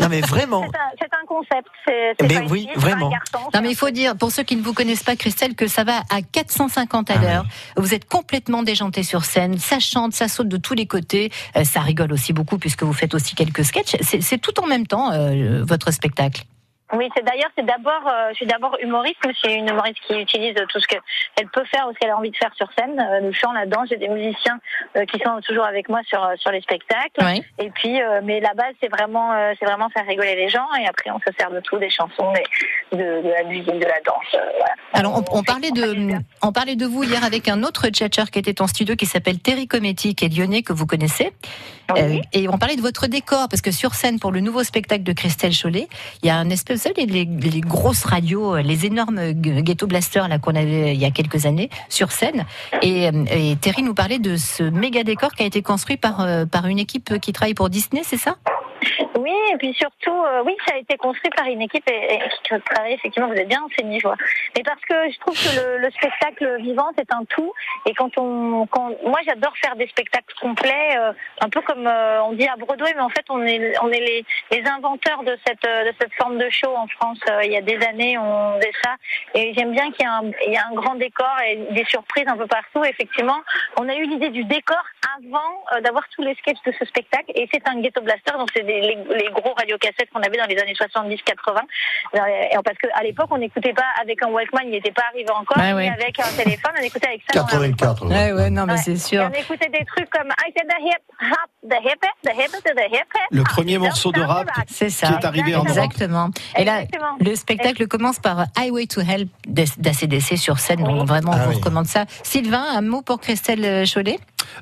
Speaker 6: Non mais vraiment,
Speaker 13: C'est un- c'est un concept. C'est
Speaker 6: Eh
Speaker 13: c'est
Speaker 6: ben
Speaker 13: pas une
Speaker 6: oui,
Speaker 13: fille, c'est pas un
Speaker 6: vraiment.
Speaker 13: garçon,
Speaker 2: Non
Speaker 13: c'est
Speaker 2: mais
Speaker 13: un-
Speaker 2: il faut dire, pour ceux qui ne vous connaissent pas Christelle, que ça va à 450 à
Speaker 6: Ah oui.
Speaker 2: l'heure. Vous êtes complètement déjanté sur scène, ça chante, ça saute de tous les côtés, Euh, ça rigole aussi beaucoup puisque vous faites aussi quelques sketchs. C'est c'est tout en même temps euh, votre spectacle.
Speaker 13: Oui, c'est d'ailleurs, c'est d'abord, euh, je suis d'abord humoriste, mais c'est une humoriste qui utilise tout ce qu'elle peut faire ou ce qu'elle a envie de faire sur scène, euh, le chant, la danse. J'ai des musiciens euh, qui sont toujours avec moi sur euh, sur les spectacles.
Speaker 2: Oui.
Speaker 13: Et puis, euh, mais la base, c'est vraiment, euh, c'est vraiment faire rigoler les gens. Et après, on se sert de tout, des chansons, des- de, de la musique, de la danse. euh, voilà.
Speaker 2: Alors on, on
Speaker 13: fait-
Speaker 2: parlait
Speaker 13: fait du
Speaker 2: de,
Speaker 13: bien.
Speaker 2: on parlait de vous hier avec un autre tchatcher qui était en studio qui s'appelle Terry Cometti, qui est lyonnais que vous connaissez. Euh,
Speaker 13: Oui.
Speaker 2: et on parlait de votre décor, parce que sur scène, pour le nouveau spectacle de Christelle Chollet, il y a un espèce, vous savez, les, les- les grosses radios, euh, les énormes euh, ghetto blasters là qu'on avait il y a quelques années sur scène. Et, euh, et Terry nous parlait de ce méga décor qui a été construit par, euh, par une équipe qui travaille pour Disney, c'est ça
Speaker 13: Oui, et puis surtout, euh, oui, ça a été construit par une équipe et, et qui travaille effectivement, vous êtes bien enseigné, je vois. Mais parce que je trouve que le, le spectacle vivant, c'est un tout. Et quand on. Quand, moi, j'adore faire des spectacles complets, euh, un peu comme euh, on dit à Broadway, mais en fait, on est, on est les, les inventeurs de cette, euh, de cette forme de show en France. Euh, il y a des années, on faisait ça. Et j'aime bien qu'il y ait un, il y a un grand décor et des surprises un peu partout. Effectivement, on a eu l'idée du décor avant euh, d'avoir tous les sketchs de ce spectacle. Et c'est un ghetto blaster, donc c'est des- les, les gros radiocassettes qu'on avait dans les années 70-80. Euh, et Parce qu'à l'époque, on n'écoutait pas avec un Walkman, il n'était pas arrivé encore.
Speaker 2: Ah Ouais,
Speaker 13: ni
Speaker 2: ouais.
Speaker 13: avec un téléphone, on écoutait avec ça. dans la-
Speaker 5: 84.
Speaker 2: non,
Speaker 13: mais Ouais. c'est Et on écoutait des trucs comme I said the hip hop, the hip hop, the hip hop, the hip hop.
Speaker 3: Le premier
Speaker 13: Ah,
Speaker 3: morceau de
Speaker 13: down, down,
Speaker 3: rap
Speaker 13: back.
Speaker 2: C'est
Speaker 3: qui
Speaker 2: ça.
Speaker 3: est arrivé en Europe.
Speaker 2: Exactement. Et là,
Speaker 13: Exactement.
Speaker 2: le spectacle commence par Highway to Hell d'ACDC sur scène, donc vraiment, on
Speaker 6: Ah
Speaker 2: vous
Speaker 6: oui.
Speaker 2: recommande ça. Sylvain, un mot pour Christelle Chollet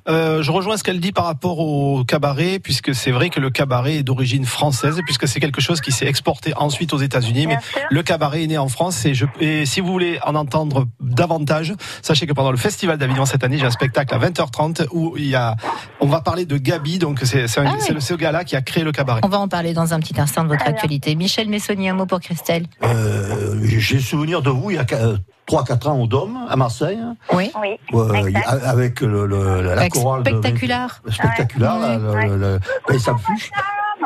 Speaker 3: Euh, je rejoins ce qu'elle dit par rapport au cabaret, puisque c'est vrai que le cabaret est d'origine française, puisque c'est quelque chose qui s'est exporté ensuite aux États-Unis. Mais
Speaker 13: Bien sûr.
Speaker 3: le cabaret est né en France. Et, je, et si vous voulez en entendre davantage, sachez que pendant le Festival d'Avignon cette année, j'ai un spectacle à 20h30 où il y a, on va parler de Gabi. Donc c'est c'est un-
Speaker 2: Ah oui.
Speaker 3: c'est le- ce gars-là qui a créé le cabaret.
Speaker 2: On va en parler dans un petit instant de votre
Speaker 13: Alors.
Speaker 2: actualité. Michel Messonnier, un mot pour Christelle.
Speaker 5: Euh, J'ai souvenir de vous il y a 3-4 ans au Dôme, à Marseille,
Speaker 2: Oui.
Speaker 13: Oui.
Speaker 5: où, euh,
Speaker 13: Exact.
Speaker 5: avec le- le- la, la chorale de-
Speaker 2: Spectaculaire.
Speaker 5: spectaculaire,
Speaker 2: Ouais.
Speaker 5: là, le- le- le- ben, ça me fiche.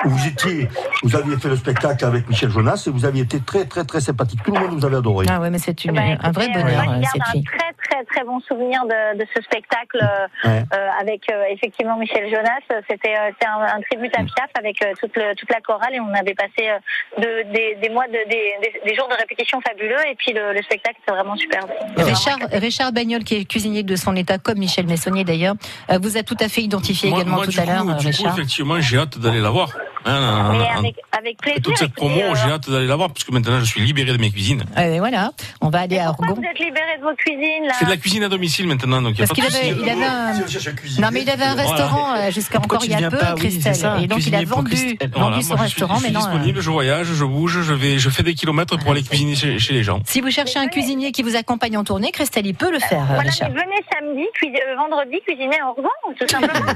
Speaker 5: Où vous étiez, vous aviez fait le spectacle avec Michel Jonas et vous aviez été très très très sympathique. Tout le monde vous avait adoré.
Speaker 2: Ah ouais, mais c'est une-
Speaker 13: Bah,
Speaker 5: Eh
Speaker 2: un vrai
Speaker 13: écoutez,
Speaker 5: ben,
Speaker 13: euh,
Speaker 2: bonheur,
Speaker 13: moi,
Speaker 2: euh,
Speaker 13: je garde
Speaker 2: cette
Speaker 13: un
Speaker 2: fille.
Speaker 13: très très très très bons souvenirs de, de ce spectacle euh,
Speaker 6: Ouais.
Speaker 13: euh, avec euh, effectivement Michel Jonas. C'était euh, c'était un, un tribut à Piaf avec euh, toute, le- toute la chorale et on avait passé euh, de- des, des mois, de, des, des- des jours de répétition fabuleux et puis le, le spectacle était vraiment superbe.
Speaker 2: Richard, Richard Bagnol, qui est cuisinier de son état, comme Michel Messonnier d'ailleurs, euh, vous a tout à fait identifié
Speaker 4: Moi,
Speaker 2: également
Speaker 4: moi,
Speaker 2: tout
Speaker 4: du
Speaker 2: à l'heure,
Speaker 4: coup,
Speaker 2: euh,
Speaker 4: du coup,
Speaker 2: Richard.
Speaker 4: effectivement, j'ai hâte d'aller la voir. Hein, en-
Speaker 13: Mais
Speaker 4: en-
Speaker 13: avec, avec plaisir.
Speaker 4: toute cette
Speaker 13: écoutez,
Speaker 4: promo,
Speaker 13: euh,
Speaker 4: j'ai hâte d'aller la voir parce que maintenant je suis libéré de mes cuisines.
Speaker 2: Ah, et voilà, on va aller à
Speaker 13: pourquoi
Speaker 2: Orgon.
Speaker 13: vous êtes libéré de vos cuisines là
Speaker 4: C'est de la cuisine à domicile maintenant, donc il n'y a
Speaker 2: Parce
Speaker 4: pas de
Speaker 2: qu'il avait,
Speaker 4: souci.
Speaker 2: il avait un, non mais il avait un
Speaker 4: Voilà.
Speaker 2: restaurant euh, jusqu'à
Speaker 6: Pourquoi
Speaker 2: encore
Speaker 6: tu
Speaker 2: il y
Speaker 6: ne
Speaker 2: a
Speaker 6: viens
Speaker 2: peu,
Speaker 6: pas Oui,
Speaker 2: Christelle,
Speaker 6: c'est ça,
Speaker 2: et donc il a
Speaker 6: cuisinier pour
Speaker 2: vendu,
Speaker 6: Christelle.
Speaker 2: vendu
Speaker 4: Voilà,
Speaker 2: son
Speaker 4: moi, je suis-
Speaker 2: restaurant.
Speaker 4: je suis,
Speaker 2: mais non, euh, Ah,
Speaker 4: disponible, je voyage, je bouge, je vais, je fais des kilomètres pour aller cuisiner chez, chez les gens.
Speaker 2: si vous cherchez un cuisinier qui vous accompagne en tournée, Christelle, il peut le faire, euh,
Speaker 13: Voilà,
Speaker 2: Richard.
Speaker 13: mais venez samedi, puis euh, vendredi, cuisiner à Orgon, tout simplement.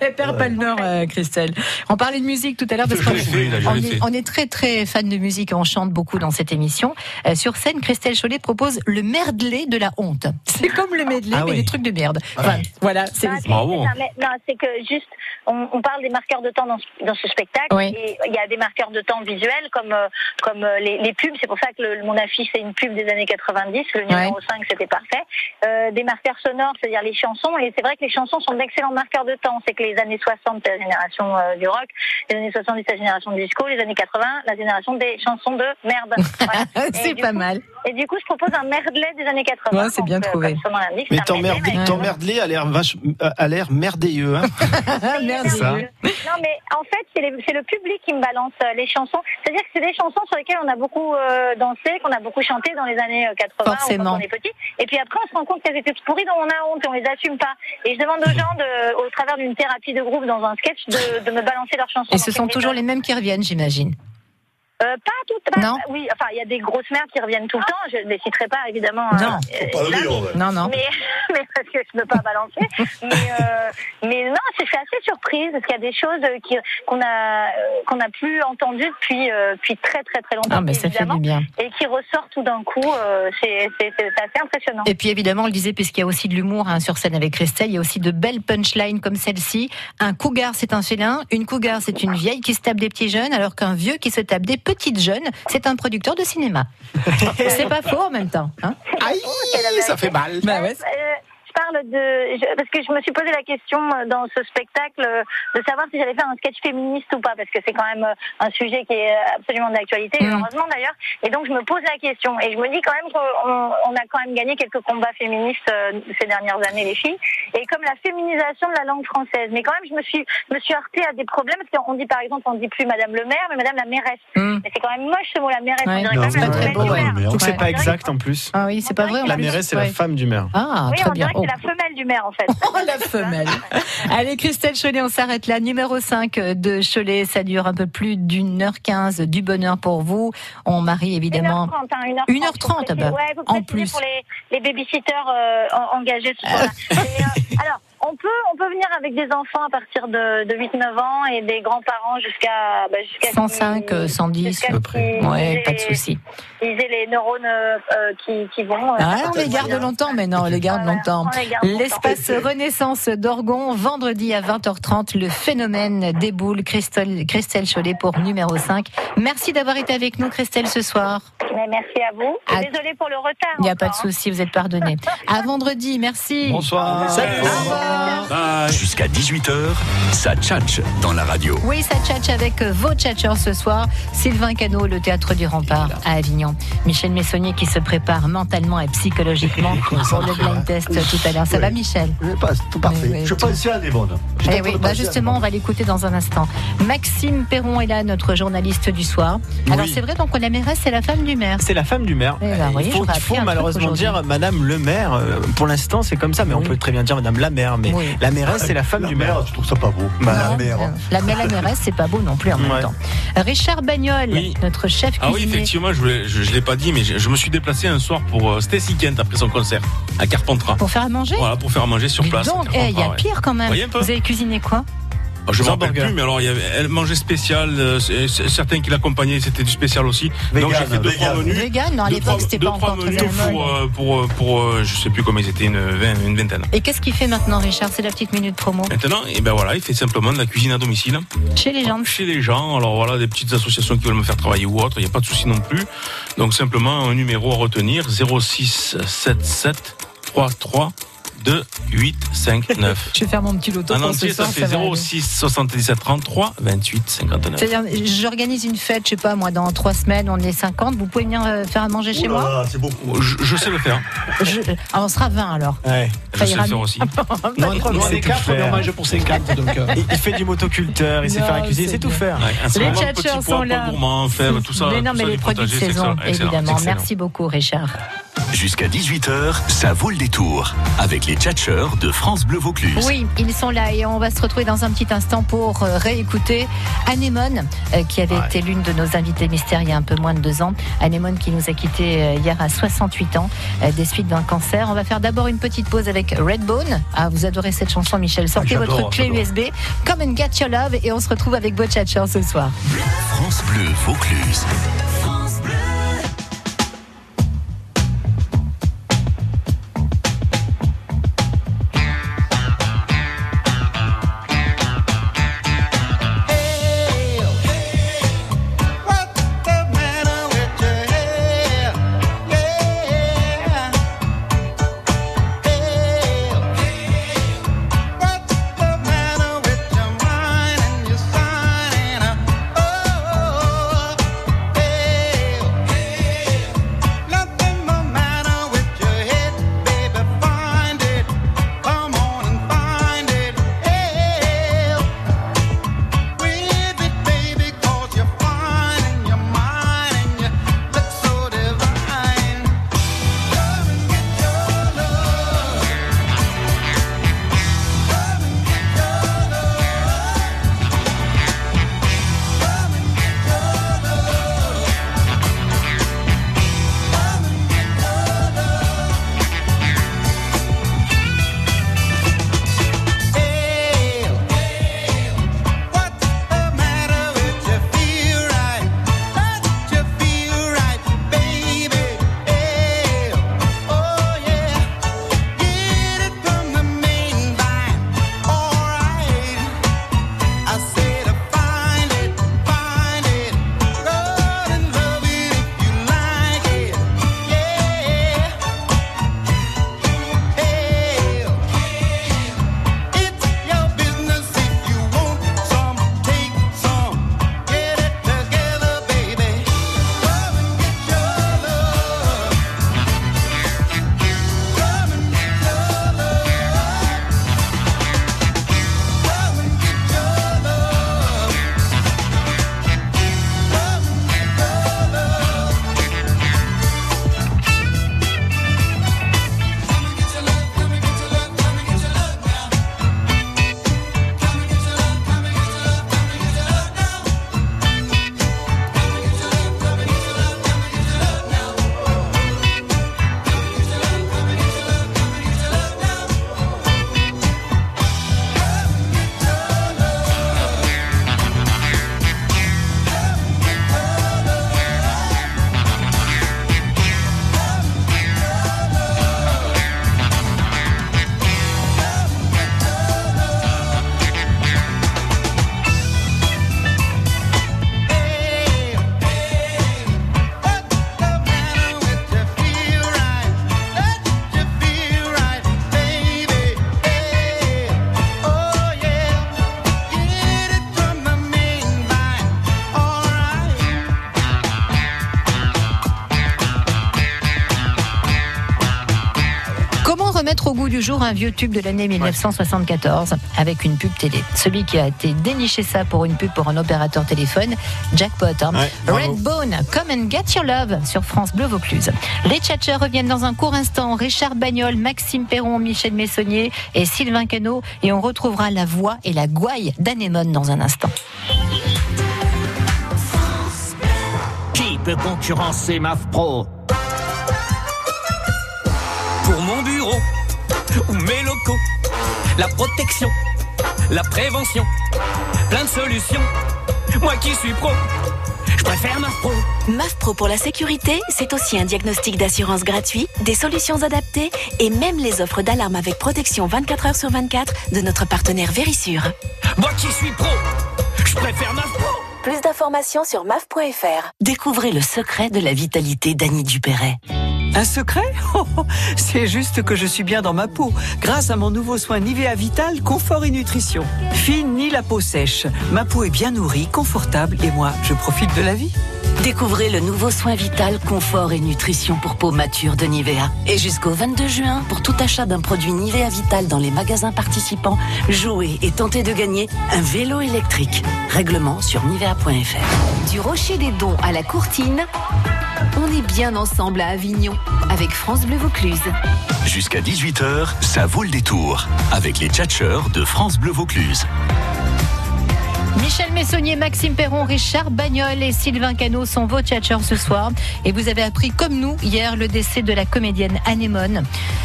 Speaker 2: Elle perd pas le nord, euh, Christelle. On parlait de musique tout à l'heure parce
Speaker 4: Je
Speaker 2: qu'on
Speaker 4: l'ai fait, là, je
Speaker 2: on
Speaker 4: l'ai
Speaker 2: est,
Speaker 4: fait.
Speaker 2: on est très très fan de musique, on chante beaucoup dans cette émission. Euh, sur scène, Christelle Cholet propose le merdelet de la honte. C'est comme le medley,
Speaker 6: Ah Bah,
Speaker 2: mais
Speaker 6: oui.
Speaker 2: des trucs de merde. Enfin, Voilà, c'est
Speaker 13: Ah, c'est-
Speaker 4: Bravo.
Speaker 13: c'est ça, mais- Non, c'est que juste, on, on parle des marqueurs de temps dans ce, dans ce spectacle.
Speaker 2: Oui.
Speaker 13: Et il y a des marqueurs de temps visuels comme, euh, comme euh, les, les pubs. C'est pour ça que le- mon affiche, c'est une pub des années 90. Le numéro 5, c'était parfait. Euh, des marqueurs sonores, c'est-à-dire les chansons. Et c'est vrai que les chansons sont d'excellents marqueurs de temps. C'est que les années 60, c'est la génération euh, du rock. Les années 70, c'est la génération du disco. Les années 80, la génération des chansons de merde. Voilà.
Speaker 2: c'est
Speaker 13: Et du
Speaker 2: pas
Speaker 13: coup-
Speaker 2: mal.
Speaker 13: Et du coup, je propose un merdelet des années 80.
Speaker 2: Ouais, c'est
Speaker 13: Donc,
Speaker 2: bien
Speaker 13: euh,
Speaker 2: trouvé.
Speaker 13: comme son nom l'indique,
Speaker 3: Mais
Speaker 13: c'est un merdelet, mais avec-
Speaker 3: t'emmerdeler a l'air vache, euh, a l'air merdeilleux. Hein.
Speaker 2: Ah, merde.
Speaker 3: ça.
Speaker 13: Non, mais en fait, c'est les- c'est le public qui me balance euh, les chansons. C'est-à-dire que c'est des chansons sur lesquelles on a beaucoup euh, dansé, qu'on a beaucoup chanté dans les années euh, 80 ou
Speaker 2: Forcément.
Speaker 13: quand on est petit. Et puis après, on se rend compte qu'elles étaient toutes pourries, dont on a honte et on les assume pas. Et je demande aux gens, de, au travers d'une thérapie de groupe dans un sketch, de, de me balancer leurs chansons.
Speaker 2: Et
Speaker 13: Donc,
Speaker 2: ce
Speaker 13: il y a
Speaker 2: sont
Speaker 13: des-
Speaker 2: toujours les mêmes qui reviennent, j'imagine.
Speaker 13: Euh, pas toutes. pas-
Speaker 2: Non.
Speaker 13: Oui, enfin, il y a des grosses merdes qui reviennent tout le temps. Je ne les citerai pas, évidemment.
Speaker 2: Non.
Speaker 13: euh,
Speaker 5: Pas le
Speaker 13: là,
Speaker 5: dire,
Speaker 13: mais-
Speaker 5: ouais.
Speaker 2: Non, non.
Speaker 13: mais, mais parce que je ne peux pas balancer. Mais, euh, mais non, je suis assez surprise parce qu'il y a des choses euh, qui- qu'on a euh, qu'on n'a plus entendues depuis euh, depuis très très très longtemps
Speaker 2: Ah, mais ça fait
Speaker 13: évidemment,
Speaker 2: du bien.
Speaker 13: et qui ressortent tout d'un coup. euh, c'est c'est- c'est assez impressionnant.
Speaker 2: Et puis évidemment, on le disait, puisqu'il y a aussi de l'humour hein, sur scène avec Christelle, il y a aussi de belles punchlines comme celle-ci. Un cougar, c'est un félin. Une cougar, c'est une vieille qui se tape des petits jeunes, alors qu'un vieux qui se tape des petites jeunes, c'est un producteur de cinéma. c'est pas faux en même temps. Hein
Speaker 3: Aïe, ça fait mal.
Speaker 13: Oh, Euh, je parle de je- parce que je me suis posé la question euh, dans ce spectacle euh, de savoir si j'allais faire un sketch féministe ou pas parce que c'est quand même euh, un sujet qui est euh, absolument d'actualité et
Speaker 2: Mhm.
Speaker 13: heureusement d'ailleurs et donc je me pose la question et je me dis quand même qu'on on a quand même gagné quelques combats féministes euh, ces dernières années les filles et comme la féminisation de la langue française mais quand même je me suis je me suis heurtée à des problèmes parce qu'on dit par exemple on dit plus Madame le maire mais Madame la mairesse
Speaker 2: Hum.
Speaker 13: mais c'est quand même moche ce mot la mairesse
Speaker 2: Ouais.
Speaker 13: on dirait
Speaker 2: Non,
Speaker 13: quand
Speaker 2: c'est
Speaker 13: même
Speaker 2: pas
Speaker 13: la
Speaker 2: très
Speaker 13: mairesse
Speaker 2: beau,
Speaker 13: du
Speaker 2: ouais.
Speaker 13: maire.
Speaker 6: Je trouve que c'est
Speaker 2: Ouais.
Speaker 6: pas exact en plus.
Speaker 2: Ah oui, c'est pas vrai. en
Speaker 6: La
Speaker 2: plus.
Speaker 6: mairesse, c'est
Speaker 2: Ouais.
Speaker 6: la femme du maire.
Speaker 2: Ah,
Speaker 13: oui,
Speaker 2: très
Speaker 13: on
Speaker 2: bien.
Speaker 13: dirait que
Speaker 2: Oh.
Speaker 13: c'est la femelle du maire en fait.
Speaker 2: Oh, la femelle. Allez, Christelle Cholet, on s'arrête là. Numéro 5 de Cholet, ça dure un peu plus d'une heure quinze. Du bonheur pour vous. On marie évidemment.
Speaker 13: 1h30, hein, 1h30, faut
Speaker 2: 1h30,
Speaker 13: préciser.
Speaker 2: bah,
Speaker 13: Ouais, faut
Speaker 2: en
Speaker 13: préciser
Speaker 2: plus.
Speaker 13: Pour les, les babysitters euh, en- engagés ce soir-là. Et, euh, alors, on peut, on peut venir avec des enfants à partir de, de 8-9 ans et des grands-parents jusqu'à. bah, jusqu'à
Speaker 2: 105,
Speaker 13: qu'ils-
Speaker 2: euh, 110
Speaker 13: jusqu'à
Speaker 2: à peu près.
Speaker 13: qu'ils
Speaker 2: Ouais,
Speaker 13: aient-
Speaker 2: pas de souci.
Speaker 13: Ils aient les neurones euh, euh, qui, qui vont. euh,
Speaker 2: Ah, on les garde longtemps maintenant, on les garde
Speaker 13: Voilà,
Speaker 2: longtemps.
Speaker 13: on les garde longtemps.
Speaker 2: L'espace Renaissance d'Orgon, vendredi à 20h30, le phénomène déboule. Christelle, Christelle Cholet pour numéro 5. Merci d'avoir été avec nous, Christelle, ce soir.
Speaker 13: Mais merci à vous.
Speaker 2: Ah.
Speaker 13: Désolée pour le retard.
Speaker 2: Il n'y a pas de
Speaker 13: encore, hein.
Speaker 2: souci, vous êtes pardonnés. À vendredi, merci.
Speaker 3: Bonsoir.
Speaker 4: Bye.
Speaker 1: Jusqu'à 18h, ça tchatche dans la radio.
Speaker 2: Oui, ça tchatche avec vos tchatcheurs ce soir. Sylvain Cano, le théâtre du rempart à Avignon. Michel Messonnier qui se prépare mentalement et psychologiquement pour le
Speaker 5: hein.
Speaker 2: blind test tout à l'heure. Ça va, Michel
Speaker 5: Mais pas- tout parfait.
Speaker 2: Mais oui,
Speaker 5: je
Speaker 2: tout-
Speaker 5: pensais à des bonnes. J'étais en
Speaker 2: Eh
Speaker 5: train
Speaker 2: oui,
Speaker 5: de
Speaker 2: bah
Speaker 5: penser à
Speaker 2: justement, on
Speaker 5: des
Speaker 2: va l'écouter dans un instant. Maxime Perron est là, notre journaliste du soir. Alors
Speaker 6: Oui.
Speaker 2: c'est vrai, donc la mairesse, c'est la femme du maire.
Speaker 6: C'est la femme du maire.
Speaker 2: Eh ben,
Speaker 6: Euh,
Speaker 2: voyez,
Speaker 6: il faut,
Speaker 2: j'aurais
Speaker 6: il faut
Speaker 2: appris un truc
Speaker 6: malheureusement
Speaker 2: aujourd'hui.
Speaker 6: dire Madame le maire. Euh, Pour l'instant, c'est comme ça, mais on peut très bien dire Madame la maire. Mais
Speaker 2: Oui.
Speaker 6: la mairesse, c'est la
Speaker 5: bonnes.
Speaker 6: femme
Speaker 5: La
Speaker 6: du maire.
Speaker 5: mère, je trouve ça pas beau.
Speaker 6: Bah,
Speaker 5: la
Speaker 2: Hein,
Speaker 5: mère.
Speaker 2: euh, La, mais la mairesse, c'est pas beau non plus en même
Speaker 6: Ouais.
Speaker 2: temps. Richard Bagnol,
Speaker 4: Oui.
Speaker 2: notre chef
Speaker 4: Ah oui,
Speaker 2: cuisinier.
Speaker 4: effectivement, je ne l'ai pas dit, mais je, je me suis déplacé un soir pour euh, Stacy Kent après son concert à Carpentras.
Speaker 2: Pour faire à manger
Speaker 4: Voilà, pour faire à manger sur
Speaker 2: Dis
Speaker 4: place. à
Speaker 2: donc, eh, il y a
Speaker 4: Carpentras, ouais.
Speaker 2: pire quand même.
Speaker 4: Voyez un peu.
Speaker 2: Vous avez cuisiné quoi
Speaker 4: Ah, Je me rappelle
Speaker 6: Hamburger.
Speaker 4: plus, mais alors il y avait, elle mangeait spécial. euh, c- c- certains qui l'accompagnaient, c'était du spécial aussi.
Speaker 5: Vegan,
Speaker 4: Donc j'ai fait deux
Speaker 5: vegan.
Speaker 4: trois menus.
Speaker 2: Vegan Non, à
Speaker 4: deux,
Speaker 2: l'époque,
Speaker 4: trois-
Speaker 2: c'était
Speaker 4: deux,
Speaker 2: pas
Speaker 4: trois
Speaker 2: encore très
Speaker 4: menus
Speaker 2: à la mode.
Speaker 4: pour, euh, pour, euh, pour, euh, je sais plus comment ils étaient, une, vingt- une vingtaine.
Speaker 2: Et qu'est-ce qu'il fait maintenant, Richard C'est la petite minute promo.
Speaker 4: Maintenant, et ben voilà, il fait simplement de la cuisine à domicile.
Speaker 2: Chez les gens.
Speaker 4: Chez les gens, alors voilà, des petites associations qui veulent me faire travailler ou autre, il n'y a pas de souci non plus. Donc simplement un numéro à retenir 0677 3, 3, 2, 8, 5, 9.
Speaker 14: Je vais faire mon petit loto
Speaker 4: En
Speaker 14: pour
Speaker 4: entier,
Speaker 14: ce
Speaker 4: ça
Speaker 14: soir,
Speaker 4: fait
Speaker 14: ça va
Speaker 4: 06 77 33 28 59.
Speaker 14: C'est-à-dire, j'organise une fête, je sais pas, moi, dans trois semaines, on est 50. Vous pouvez venir euh, faire à manger
Speaker 6: Oh
Speaker 14: chez moi
Speaker 15: c'est beaucoup.
Speaker 4: Je, je sais le faire.
Speaker 14: Je- ah, On sera 20 alors.
Speaker 6: Ouais.
Speaker 14: Ça ira mieux.
Speaker 6: Non, non,
Speaker 10: Nous, on
Speaker 6: il sait
Speaker 10: est
Speaker 6: tout
Speaker 10: quatre, mais on
Speaker 6: faire.
Speaker 10: mange pour ces quatre. Donc, euh,
Speaker 6: Il il fait du motoculteur, il sait faire la
Speaker 14: Non,
Speaker 6: cuisine, il
Speaker 14: c'est
Speaker 6: sait tout
Speaker 14: bien.
Speaker 6: faire.
Speaker 4: Ouais, un
Speaker 14: Les
Speaker 4: petit moment,
Speaker 14: tchatcheurs
Speaker 4: petit
Speaker 14: sont
Speaker 4: pois,
Speaker 14: là.
Speaker 4: pas gourmand, fèves, tout ça.
Speaker 14: mais non,
Speaker 4: tout
Speaker 14: mais
Speaker 4: ça,
Speaker 14: les
Speaker 4: du
Speaker 14: produits de
Speaker 4: potager, c'est
Speaker 14: saison,
Speaker 4: excellent, excellent,
Speaker 14: évidemment.
Speaker 4: excellent.
Speaker 14: Merci beaucoup, Richard.
Speaker 9: Jusqu'à 18h, ça vaut le détour avec les tchatcheurs de France Bleu Vaucluse.
Speaker 14: Oui, ils sont là et on va se retrouver dans un petit instant pour euh, réécouter Anémone, euh, qui avait été l'une de nos invitées mystères il y a un peu moins de deux ans. Anémone qui nous a quittés euh, hier à 68 ans euh, des suites d'un cancer. On va faire d'abord une petite pause avec Redbone. Ah, vous adorez cette chanson, Michel.
Speaker 6: Ah,
Speaker 14: Sortez
Speaker 9: j'adore,
Speaker 14: votre clé
Speaker 9: j'adore.
Speaker 14: USB. Come and get your love et on se retrouve avec Bochatcher ce soir.
Speaker 9: France Bleu Vaucluse.
Speaker 14: Comment remettre au goût du jour un vieux tube de l'année 1974 avec une pub télé Celui qui a été déniché ça pour une pub pour un opérateur téléphone, jackpot. hein. Redbone, Come and Get Your Love sur France Bleu Vaucluse. Les tchatcheurs reviennent dans un court instant. Richard Bagnol, Maxime Perron, Michel Messonnier et Sylvain Cano. Et on retrouvera la voix et la gouaille d'Anémone dans un instant.
Speaker 16: Qui peut concurrencer MAF Pro Pour mon bureau ou mes locaux, la protection, la prévention, plein de solutions. Moi qui suis pro, je préfère MAF Pro.
Speaker 12: MAF Pro pour la sécurité, c'est aussi un diagnostic d'assurance gratuit, des solutions adaptées et même les offres d'alarme avec protection 24 heures sur 24 de notre partenaire Verisure.
Speaker 16: Moi qui suis pro, je préfère MAF Pro.
Speaker 12: Plus d'informations sur maf.fr.
Speaker 2: Découvrez le secret de la vitalité d'Annie Dupéret.
Speaker 17: Un secret C'est juste que je suis bien dans ma peau, grâce à mon nouveau soin Nivea Vital Confort et Nutrition. Fini la peau sèche. Ma peau est bien nourrie, confortable et moi, je profite de la vie.
Speaker 18: Découvrez le nouveau soin vital, confort et nutrition pour peau mature de Nivea. Et jusqu'au 22 juin, pour tout achat d'un produit Nivea Vital dans les magasins participants, jouez et tentez de gagner un vélo électrique. Règlement sur nivea.fr.
Speaker 11: Du Rocher des Dons à la Courtine, on est bien ensemble à Avignon avec France Bleu Vaucluse.
Speaker 9: Jusqu'à 18h, ça vaut le détour avec les tchatcheurs de France Bleu Vaucluse.
Speaker 2: Michel Messonnier, Maxime Perron, Richard Bagnol et Sylvain Cano sont vos tchatcheurs ce soir. Et vous avez appris, comme nous, hier, le décès de la comédienne Anémone,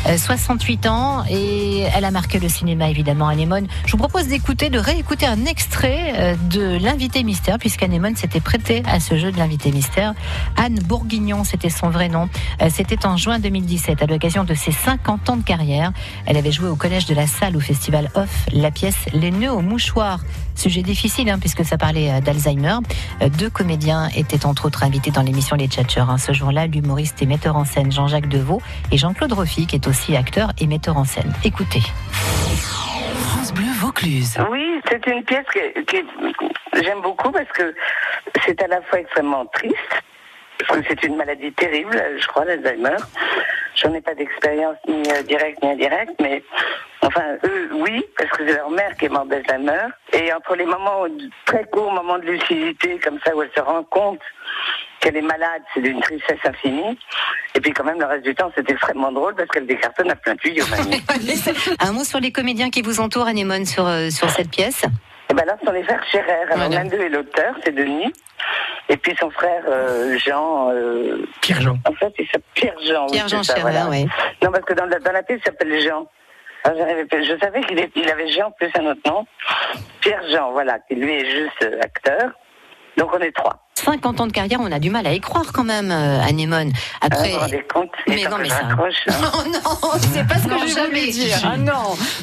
Speaker 2: euh, 68 ans, et elle a marqué le cinéma, évidemment, Anémone. Je vous propose d'écouter, de réécouter un extrait euh, de L'invité mystère, puisqu'Anémone s'était prêtée à ce jeu de l'invité mystère. Anne Bourguignon, c'était son vrai nom. Euh, C'était en juin 2017, à l'occasion de ses 50 ans de carrière. Elle avait joué au Collège de la Salle au Festival Off la pièce Les nœuds au mouchoir. Sujet difficile, hein, puisque ça parlait euh, d'Alzheimer. Euh, Deux comédiens étaient entre autres invités dans l'émission Les Tchatcheurs. hein. Ce jour-là, l'humoriste et metteur en scène Jean-Jacques Deveau et Jean-Claude Roffi, qui est aussi acteur et metteur en scène. Écoutez.
Speaker 12: France Bleu Vaucluse.
Speaker 19: Oui, c'est une pièce que, que j'aime beaucoup parce que c'est à la fois extrêmement triste, parce que c'est une maladie terrible, je crois, l'Alzheimer. J'en ai pas d'expérience ni euh, directe ni indirecte, mais enfin, eux, oui, parce que c'est leur mère qui est morte d'Alzheimer. Et entre les moments, très courts moments de lucidité, comme ça, où elle se rend compte qu'elle est malade, c'est d'une tristesse infinie. Et puis quand même, le reste du temps, c'est extrêmement drôle parce qu'elle décartonne à plein tuyau, mamie.
Speaker 2: Un mot sur les comédiens qui vous entourent, Anémone, sur, euh, sur cette pièce.
Speaker 19: Et ben là, ce sont les frères Scherer. Alors, l'un d'eux est l'auteur, c'est Denis. Et puis son frère euh, Jean. Pierre Jean. En fait, il s'appelle Pierre Jean.
Speaker 2: Pierre Jean
Speaker 19: c'est ça,
Speaker 2: Scherer, oui.
Speaker 19: Non, parce que dans la, dans la pièce, il s'appelle Jean. Alors, j'arrivais pas- je savais qu'il est- il avait Jean plus un autre nom. Pierre Jean, voilà, qui lui est juste euh, acteur. Donc on est trois.
Speaker 2: 50 ans de carrière, on a du mal à y croire quand même, euh, Anémone. Après,
Speaker 10: Ah,
Speaker 19: Vous vous
Speaker 10: bah,
Speaker 19: rendez hein, compte
Speaker 2: mais non, mais ça.
Speaker 19: hein.
Speaker 2: Non, non, c'est pas ce que
Speaker 19: Non,
Speaker 2: je
Speaker 19: jamais.
Speaker 2: voulais dire. Ah non,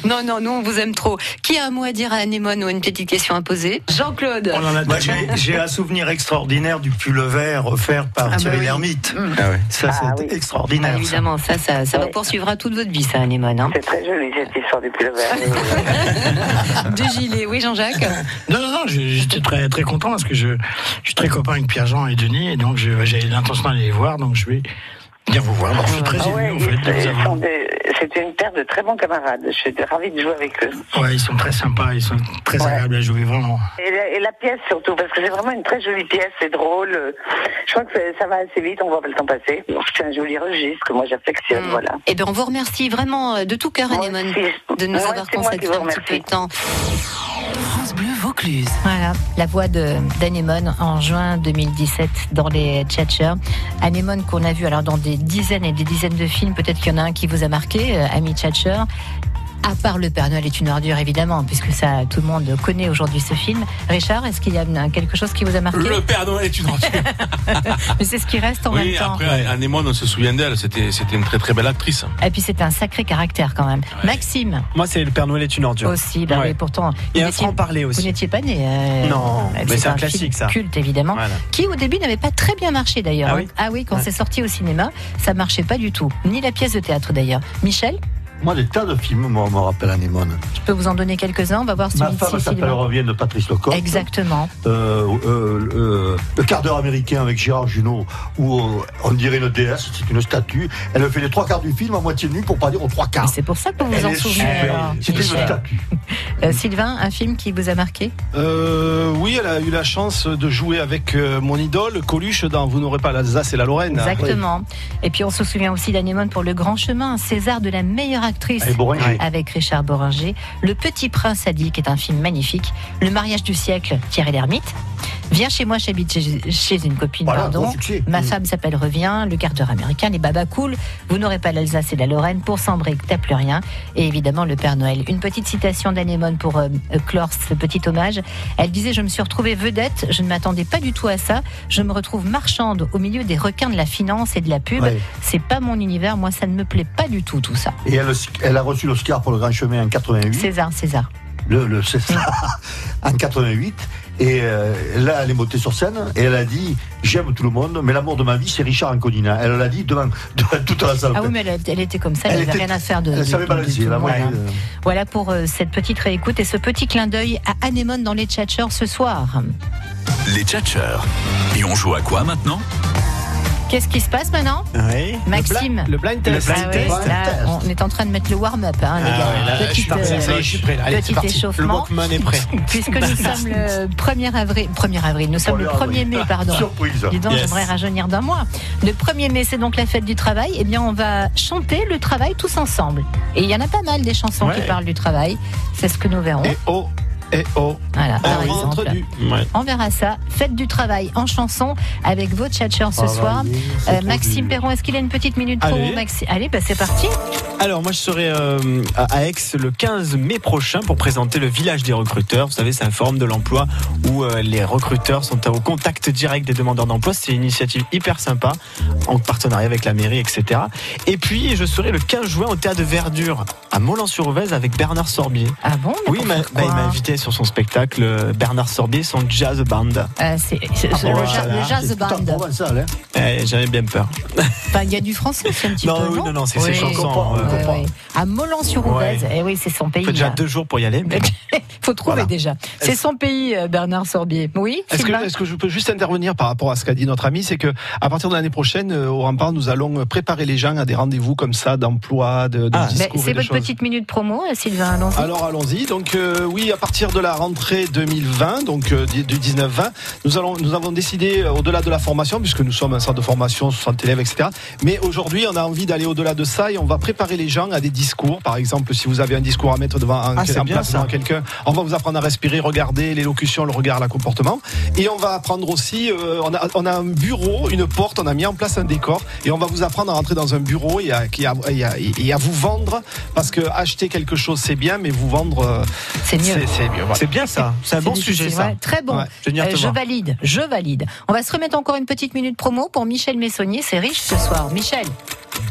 Speaker 2: non, non, nous on vous aime trop. Qui a un mot à dire à Anémone ou une petite question à poser Jean-Claude.
Speaker 10: Moi, j'ai- J'ai un souvenir extraordinaire du pull vert offert par
Speaker 2: Ah bah
Speaker 10: Thierry
Speaker 2: oui.
Speaker 10: Lhermitte.
Speaker 2: Mm.
Speaker 10: Ça, c'est extraordinaire.
Speaker 2: Ah,
Speaker 10: ça.
Speaker 2: évidemment, ça, ça, ça vous poursuivra toute votre vie, ça, Anémone. hein.
Speaker 19: C'est très joli cette histoire du hein. pull
Speaker 2: De gilet, oui, Jean-Jacques.
Speaker 20: Non, non, non, je- j'étais très, très content parce que je, je suis très copain avec Pierre-Jean et Denis et donc je- j'ai l'intention d'aller les voir, donc je vais bien vous voir. Donc, je suis très
Speaker 19: Ah ouais,
Speaker 20: ému, en fait,
Speaker 19: ils-
Speaker 20: de vous
Speaker 19: ils
Speaker 20: avoir.
Speaker 19: sont des- C'est une paire de très bons camarades. Je suis ravie de jouer avec eux.
Speaker 20: Ouais, ils sont très sympas, ils sont très agréables à jouer, vraiment.
Speaker 19: Et la, et la pièce surtout, parce que c'est vraiment une très jolie pièce, c'est drôle. Euh, Je crois que ça- ça va assez vite, on voit pas le temps passer. C'est un joli registre que moi j'affectionne, voilà.
Speaker 2: Eh bien, on vous remercie vraiment euh, de tout cœur, Anémone, de nous
Speaker 19: Moi,
Speaker 2: avoir
Speaker 19: c'est moi qui
Speaker 2: consacré
Speaker 19: vous
Speaker 2: un petit peu de temps.
Speaker 12: France Bleu Vaucluse.
Speaker 2: Voilà, la voix de- d'Anémone en juin 2017 dans les Tchatchers. Anémone qu'on a vu alors dans des dizaines et des dizaines de films, peut-être qu'il y en a un qui vous a marqué, euh, ami Tchatcher. À part Le Père Noël est une ordure, évidemment, puisque ça, tout le monde connaît aujourd'hui ce film. Richard, est-ce qu'il y a un- quelque chose qui vous a marqué
Speaker 4: Le Père Noël est une ordure.
Speaker 2: Mais c'est ce qui reste en
Speaker 4: Oui,
Speaker 2: même temps.
Speaker 4: après, Anémone, on se souvient d'elle, c'était c'était une très très belle actrice.
Speaker 2: Et Ah, puis c'est un sacré caractère quand même. Maxime
Speaker 6: Moi, c'est le Père Noël est une ordure.
Speaker 2: aussi, bah oui, pourtant.
Speaker 6: Et
Speaker 2: vous
Speaker 6: un
Speaker 2: étiez-
Speaker 6: franc-parler aussi.
Speaker 2: Vous n'étiez pas né. euh,
Speaker 6: Non,
Speaker 2: euh,
Speaker 6: mais c'est un
Speaker 2: film
Speaker 6: classique, ça.
Speaker 2: Culte évidemment.
Speaker 6: Voilà.
Speaker 2: Qui au début n'avait pas très bien marché d'ailleurs.
Speaker 6: Ah
Speaker 2: hein.
Speaker 6: oui
Speaker 2: quand c'est sorti au cinéma, ça marchait pas du tout. Ni la pièce de théâtre d'ailleurs. Michel,
Speaker 5: Moi, des tas de films, moi, on me rappelle Anémone.
Speaker 2: je peux vous en donner quelques-uns. On va voir
Speaker 5: Ma
Speaker 2: celui
Speaker 5: femme
Speaker 2: de
Speaker 5: s'appelle
Speaker 2: Sylvain.
Speaker 5: Revienne de Patrice Lecoq.
Speaker 2: Exactement.
Speaker 5: Euh, euh, euh, le quart d'heure américain avec Gérard Junot, où euh, on dirait une déesse, c'est une statue. Elle fait les trois quarts du film à moitié nue pour pas dire aux trois quarts.
Speaker 2: C'est pour ça que vous vous en souvenez, alors,
Speaker 5: C'était une
Speaker 2: Michel.
Speaker 5: statue.
Speaker 2: Euh, Sylvain, un film qui vous a marqué
Speaker 3: Euh, oui, elle a eu la chance de jouer avec euh, mon idole Coluche dans Vous n'aurez pas l'Alsace et la Lorraine.
Speaker 2: Exactement. Et puis on se souvient aussi d'Anémone pour Le Grand Chemin, un César de la meilleure actrice
Speaker 3: Et Boringer.
Speaker 2: avec Richard Boringer, Le Petit Prince Sadique est un film magnifique, Le Mariage du siècle, Thierry Lhermitte. Viens chez moi, j'habite chez- chez une copine,
Speaker 5: Voilà,
Speaker 2: pardon.
Speaker 5: grand succès.
Speaker 2: Ma
Speaker 5: Mm.
Speaker 2: femme s'appelle Revient, le quart d'heure américain, les babas cool, vous n'aurez pas l'Alsace et la Lorraine, pour Sambré, t'as plus rien. Et évidemment, le Père Noël. Une petite citation d'Anémone pour euh, euh, clore ce petit hommage. Elle disait Je me suis retrouvée vedette, je ne m'attendais pas du tout à ça. Je me retrouve marchande au milieu des requins de la finance et de la pub.
Speaker 5: Ouais.
Speaker 2: C'est pas mon univers, moi, ça ne me plaît pas du tout, tout ça.
Speaker 5: Et elle, elle a reçu l'Oscar pour le Grand Chemin en 88.
Speaker 2: César, César.
Speaker 5: Le, le César en 88. Et euh, là, elle est montée sur scène et elle a dit J'aime tout le monde, mais l'amour de ma vie, c'est Richard Anconina. Elle l'a dit devant, devant toute la salle.
Speaker 2: Ah oui, mais elle, elle était comme ça, elle
Speaker 5: Elle
Speaker 2: n'avait
Speaker 5: était-
Speaker 2: rien à faire de.
Speaker 5: elle
Speaker 2: de-
Speaker 5: savait
Speaker 2: de-
Speaker 5: balancer,
Speaker 2: de tout. hein.
Speaker 5: la
Speaker 2: voilà.
Speaker 5: moyenne.
Speaker 2: Voilà pour euh, cette petite réécoute et ce petit clin d'œil à Anémone dans les Tchatchers ce soir.
Speaker 9: Les tchatcheurs. Et on joue à quoi maintenant
Speaker 2: Qu'est-ce qui se passe maintenant Maxime.
Speaker 9: Le blind test.
Speaker 2: Ah
Speaker 9: Le blind
Speaker 2: ouais,
Speaker 9: test.
Speaker 2: là, on est en train de mettre le warm-up, hein, les
Speaker 6: Ah
Speaker 2: gars.
Speaker 6: ouais, là, je suis
Speaker 2: Petite,
Speaker 6: parti,
Speaker 2: euh,
Speaker 6: ça y est, je suis prêt, là. Allez,
Speaker 2: petit
Speaker 6: c'est parti.
Speaker 2: échauffement.
Speaker 6: Le Walkman est prêt.
Speaker 2: Puisque nous sommes le 1er avril, 1er avril, nous sommes le 1er mai, pardon.
Speaker 5: Surprise.
Speaker 2: Dis donc,
Speaker 5: Yes.
Speaker 2: j'aimerais rajeunir d'un mois. Le 1er mai, c'est donc la fête du travail. Eh bien, on va chanter le travail tous ensemble. Et il y en a pas mal des chansons
Speaker 3: Ouais.
Speaker 2: qui parlent du travail. C'est ce que nous verrons.
Speaker 3: Et oh, et oh.
Speaker 2: Voilà, par
Speaker 3: on rentre
Speaker 2: exemple.
Speaker 3: du.
Speaker 2: On verra ça. Fête du travail en chanson avec vos tchatchers ce
Speaker 6: Travailler,
Speaker 2: soir.
Speaker 6: Ah, c'est
Speaker 2: Euh,
Speaker 6: trop dur.
Speaker 2: Maxime Perron, est-ce qu'il a une petite minute pour
Speaker 6: Allez.
Speaker 2: vous, Maxi Allez, bah, c'est parti.
Speaker 6: Alors moi je serai euh, à à Aix le 15 mai prochain pour présenter le village des recruteurs. Vous savez, c'est un forum de l'emploi où euh, les recruteurs sont au contact direct des demandeurs d'emploi. C'est une initiative hyper sympa en partenariat avec la mairie, etc. Et puis je serai le 15 juin au théâtre de Verdure à Molens-sur-Ouvèze avec Bernard Sorbier.
Speaker 2: Ah bon
Speaker 6: Oui, il m'a- bah, il m'a invité sur son spectacle euh, Bernard Sorbier, son jazz band.
Speaker 2: Euh, c'est c'est-
Speaker 6: Ah
Speaker 2: c'est
Speaker 6: bon,
Speaker 2: le,
Speaker 6: voilà.
Speaker 2: ja- le jazz band.
Speaker 6: Eh, J'avais bien peur.
Speaker 2: Enfin, il y a du français aussi un petit
Speaker 6: Non,
Speaker 2: peu.
Speaker 6: oui, non, non, c'est ses chansons,
Speaker 2: comprend,
Speaker 6: on comprend.
Speaker 2: À Molens-sur-Ouvèze.
Speaker 6: Ouais.
Speaker 2: Eh oui, c'est son pays.
Speaker 6: Il faut déjà
Speaker 2: là.
Speaker 6: deux jours pour y aller. mais-
Speaker 2: Faut trouver déjà. C'est son pays, euh, Bernard Sorbier. Oui.
Speaker 3: Est-ce que,
Speaker 2: Sylvain
Speaker 3: est-ce que je peux juste intervenir par rapport à ce qu'a dit notre ami C'est que à partir de l'année prochaine, euh, au Rempart, nous allons préparer les gens à des rendez-vous comme ça, d'emploi, de, de
Speaker 6: Ah.
Speaker 2: Mais
Speaker 3: discours. et
Speaker 2: C'est
Speaker 3: de
Speaker 2: votre
Speaker 3: choses.
Speaker 2: petite minute promo, euh, Sylvain. allons-y.
Speaker 3: Alors allons-y. Donc euh, oui, à partir de la rentrée 2020, donc euh, du du 19-20, nous allons, nous avons décidé euh, au-delà de la formation, puisque nous sommes un centre de formation, 60 élèves, etc. Mais aujourd'hui, on a envie d'aller au-delà de ça et on va préparer les gens à des discours. Par exemple, si vous avez un discours à mettre devant un,
Speaker 6: Ah, c'est
Speaker 3: en
Speaker 6: bien,
Speaker 3: place
Speaker 6: ça.
Speaker 3: devant quelqu'un, on va vous apprendre à respirer, regarder l'élocution, le regard, le comportement. Et on va apprendre aussi. euh, on, a, on a un bureau, une porte. On a mis en place un décor et on va vous apprendre à rentrer dans un bureau et à, et à- et à- et à vous vendre parce que acheter quelque chose c'est bien, mais vous vendre euh,
Speaker 2: C'est mieux.
Speaker 3: C'est mieux, voilà.
Speaker 6: C'est bien ça. Ah, C'est un bon
Speaker 2: difficile,
Speaker 6: sujet ça.
Speaker 2: ouais. Très bon.
Speaker 6: Ouais, je vais venir
Speaker 2: Euh,
Speaker 6: te
Speaker 2: je
Speaker 6: voir.
Speaker 2: valide. Je valide. On va se remettre encore une petite minute promo pour Michel Messonnier. C'est riche ce soir. Michel.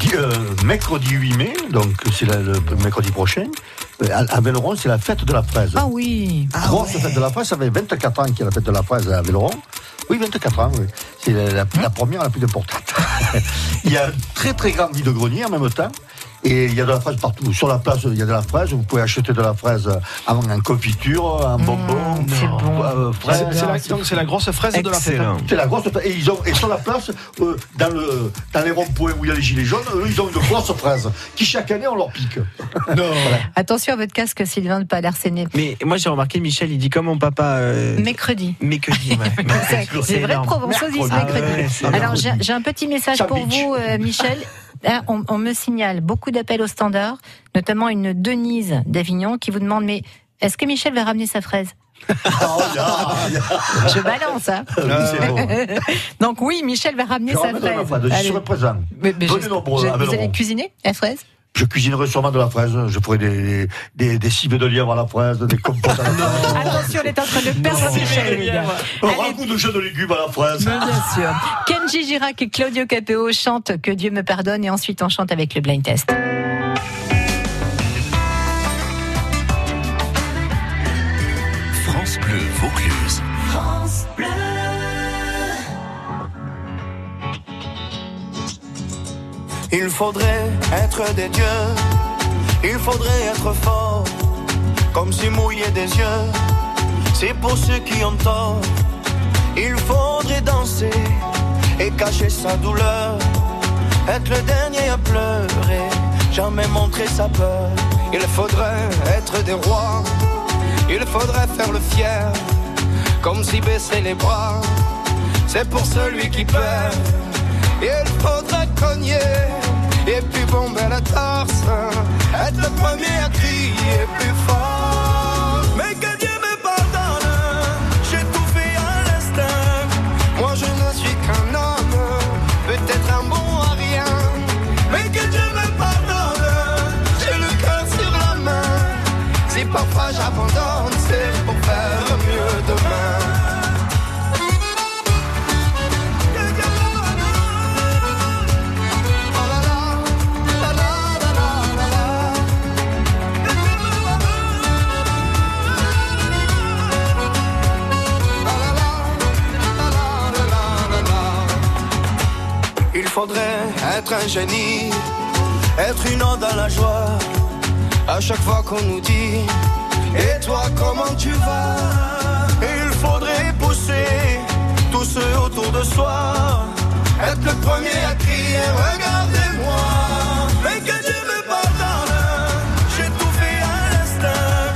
Speaker 5: Di- euh, mercredi 8 mai, donc c'est la- le mercredi prochain, euh, à à Velleron, c'est la fête de la fraise.
Speaker 2: Ah oui.
Speaker 5: Grosse fête de la fraise, ça fait 24 ans qu'il y a la fête de la fraise à Velleron. Oui, 24 ans, oui. C'est la, la- la première, la plus importante. il y a un très très grand vide-grenier en même temps. Et il y a de la fraise partout. Sur la place, il y a de la fraise. Vous pouvez acheter de la fraise en, en confiture, en
Speaker 2: Mmh,
Speaker 5: bonbon. euh, fraise.
Speaker 3: C'est- c'est la- donc c'est la grosse fraise de la fête. hein. Excellent.
Speaker 5: C'est la grosse fraise. Et, ils ont, et sur la place, euh, dans, le, dans les ronds-points où il y a les gilets jaunes, eux, ils ont une grosse fraise qui, chaque année, on leur pique. Voilà.
Speaker 2: Attention à votre casque, Sylvain, de pas l'arsener.
Speaker 6: Mais moi j'ai remarqué Michel, il dit comme mon papa. euh,
Speaker 2: Mercredi.
Speaker 6: mercredi, ouais.
Speaker 2: C'est c'est vrai,
Speaker 6: énorme.
Speaker 2: provençalisme
Speaker 6: Ah ouais,
Speaker 2: mercredi.
Speaker 6: c'est
Speaker 2: Alors,
Speaker 6: énorme.
Speaker 2: j'ai j'ai un petit message pour
Speaker 6: Sandwich.
Speaker 2: vous, euh, Michel. Hein, on, on me signale beaucoup d'appels au standard, notamment une Denise d'Avignon qui vous demande mais est-ce que Michel va ramener sa fraise
Speaker 4: Oh
Speaker 2: Je balance, hein.
Speaker 5: Ah, c'est bon.
Speaker 2: Donc oui, Michel va ramener
Speaker 5: Je
Speaker 2: sa
Speaker 5: ramène de la
Speaker 2: fraise.
Speaker 5: fraise, je
Speaker 2: Allez.
Speaker 5: serai présent.
Speaker 2: Mais- mais
Speaker 5: Venez
Speaker 2: je-
Speaker 5: nombreux
Speaker 6: hein,
Speaker 2: je-
Speaker 5: à
Speaker 2: vous
Speaker 5: Belleron.
Speaker 2: allez cuisiner la fraise
Speaker 5: Je cuisinerai sûrement de la fraise. Je ferai des, des, des cibes de lièvre à la fraise, des compotes à la fraise.
Speaker 2: Attention, elle est en train de perdre Michel, les gars.
Speaker 5: Un ragoût de jeu de légumes à la fraise.
Speaker 2: bien sûr. Kenji Girac et Claudio Capéo chantent Que Dieu me pardonne et ensuite on chante avec le blind test.
Speaker 9: France Bleu Vaucluse.
Speaker 7: France Bleu.
Speaker 8: Il faudrait être des dieux, il faudrait être fort, comme si mouiller des yeux, c'est pour ceux qui ont tort. Il faudrait danser et cacher sa douleur, être le dernier à pleurer, jamais montrer sa peur. Il faudrait être des rois, il faudrait faire le fier, comme si baisser les bras, c'est pour celui qui perd. Il faudra cogner et puis bomber la torse. Être le premier à crier plus fort. Mais que Dieu me pardonne, j'ai tout fait à l'instinct. Moi je ne suis qu'un homme, peut-être un bon à rien. Mais que Dieu me pardonne, j'ai le cœur sur la main. Si parfois j'abandonne, c'est pour faire mieux demain. faudrait être un génie, être une onde dans la joie. À chaque fois qu'on nous dit, et toi comment tu vas Il faudrait pousser tous ceux autour de soi, être le premier à crier, regardez-moi. Mais que Dieu me pardonne, j'ai tout fait à l'instinct.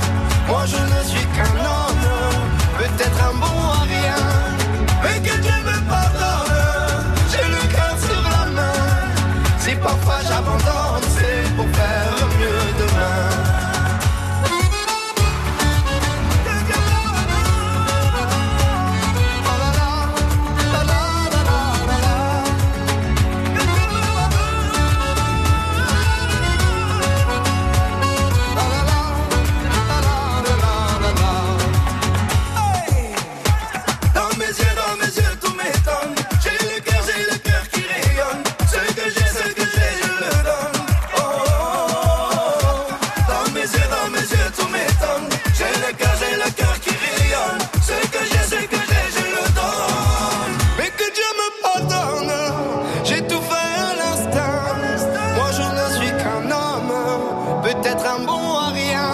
Speaker 8: Moi je ne suis qu'un homme, peut-être un bon à rien. Mais que Dieu me pardonne, j'ai le cœur sur la main. Si parfois j'abandonne, c'est pour faire mieux demain. Dans mes yeux, dans mes yeux, tout m'étonne. J'ai le cœur, j'ai le cœur qui rayonne. Ce que j'ai, ce que j'ai, je le donne. Oh, oh, oh, oh. Dans mes yeux, dans mes yeux, tout m'étonne. J'ai le cœur, j'ai le cœur qui rayonne. Ce que j'ai, ce que j'ai, je le donne. Mais que Dieu me pardonne. J'ai tout fait à l'instant. Moi, je ne suis qu'un homme. Peut-être un bon à rien.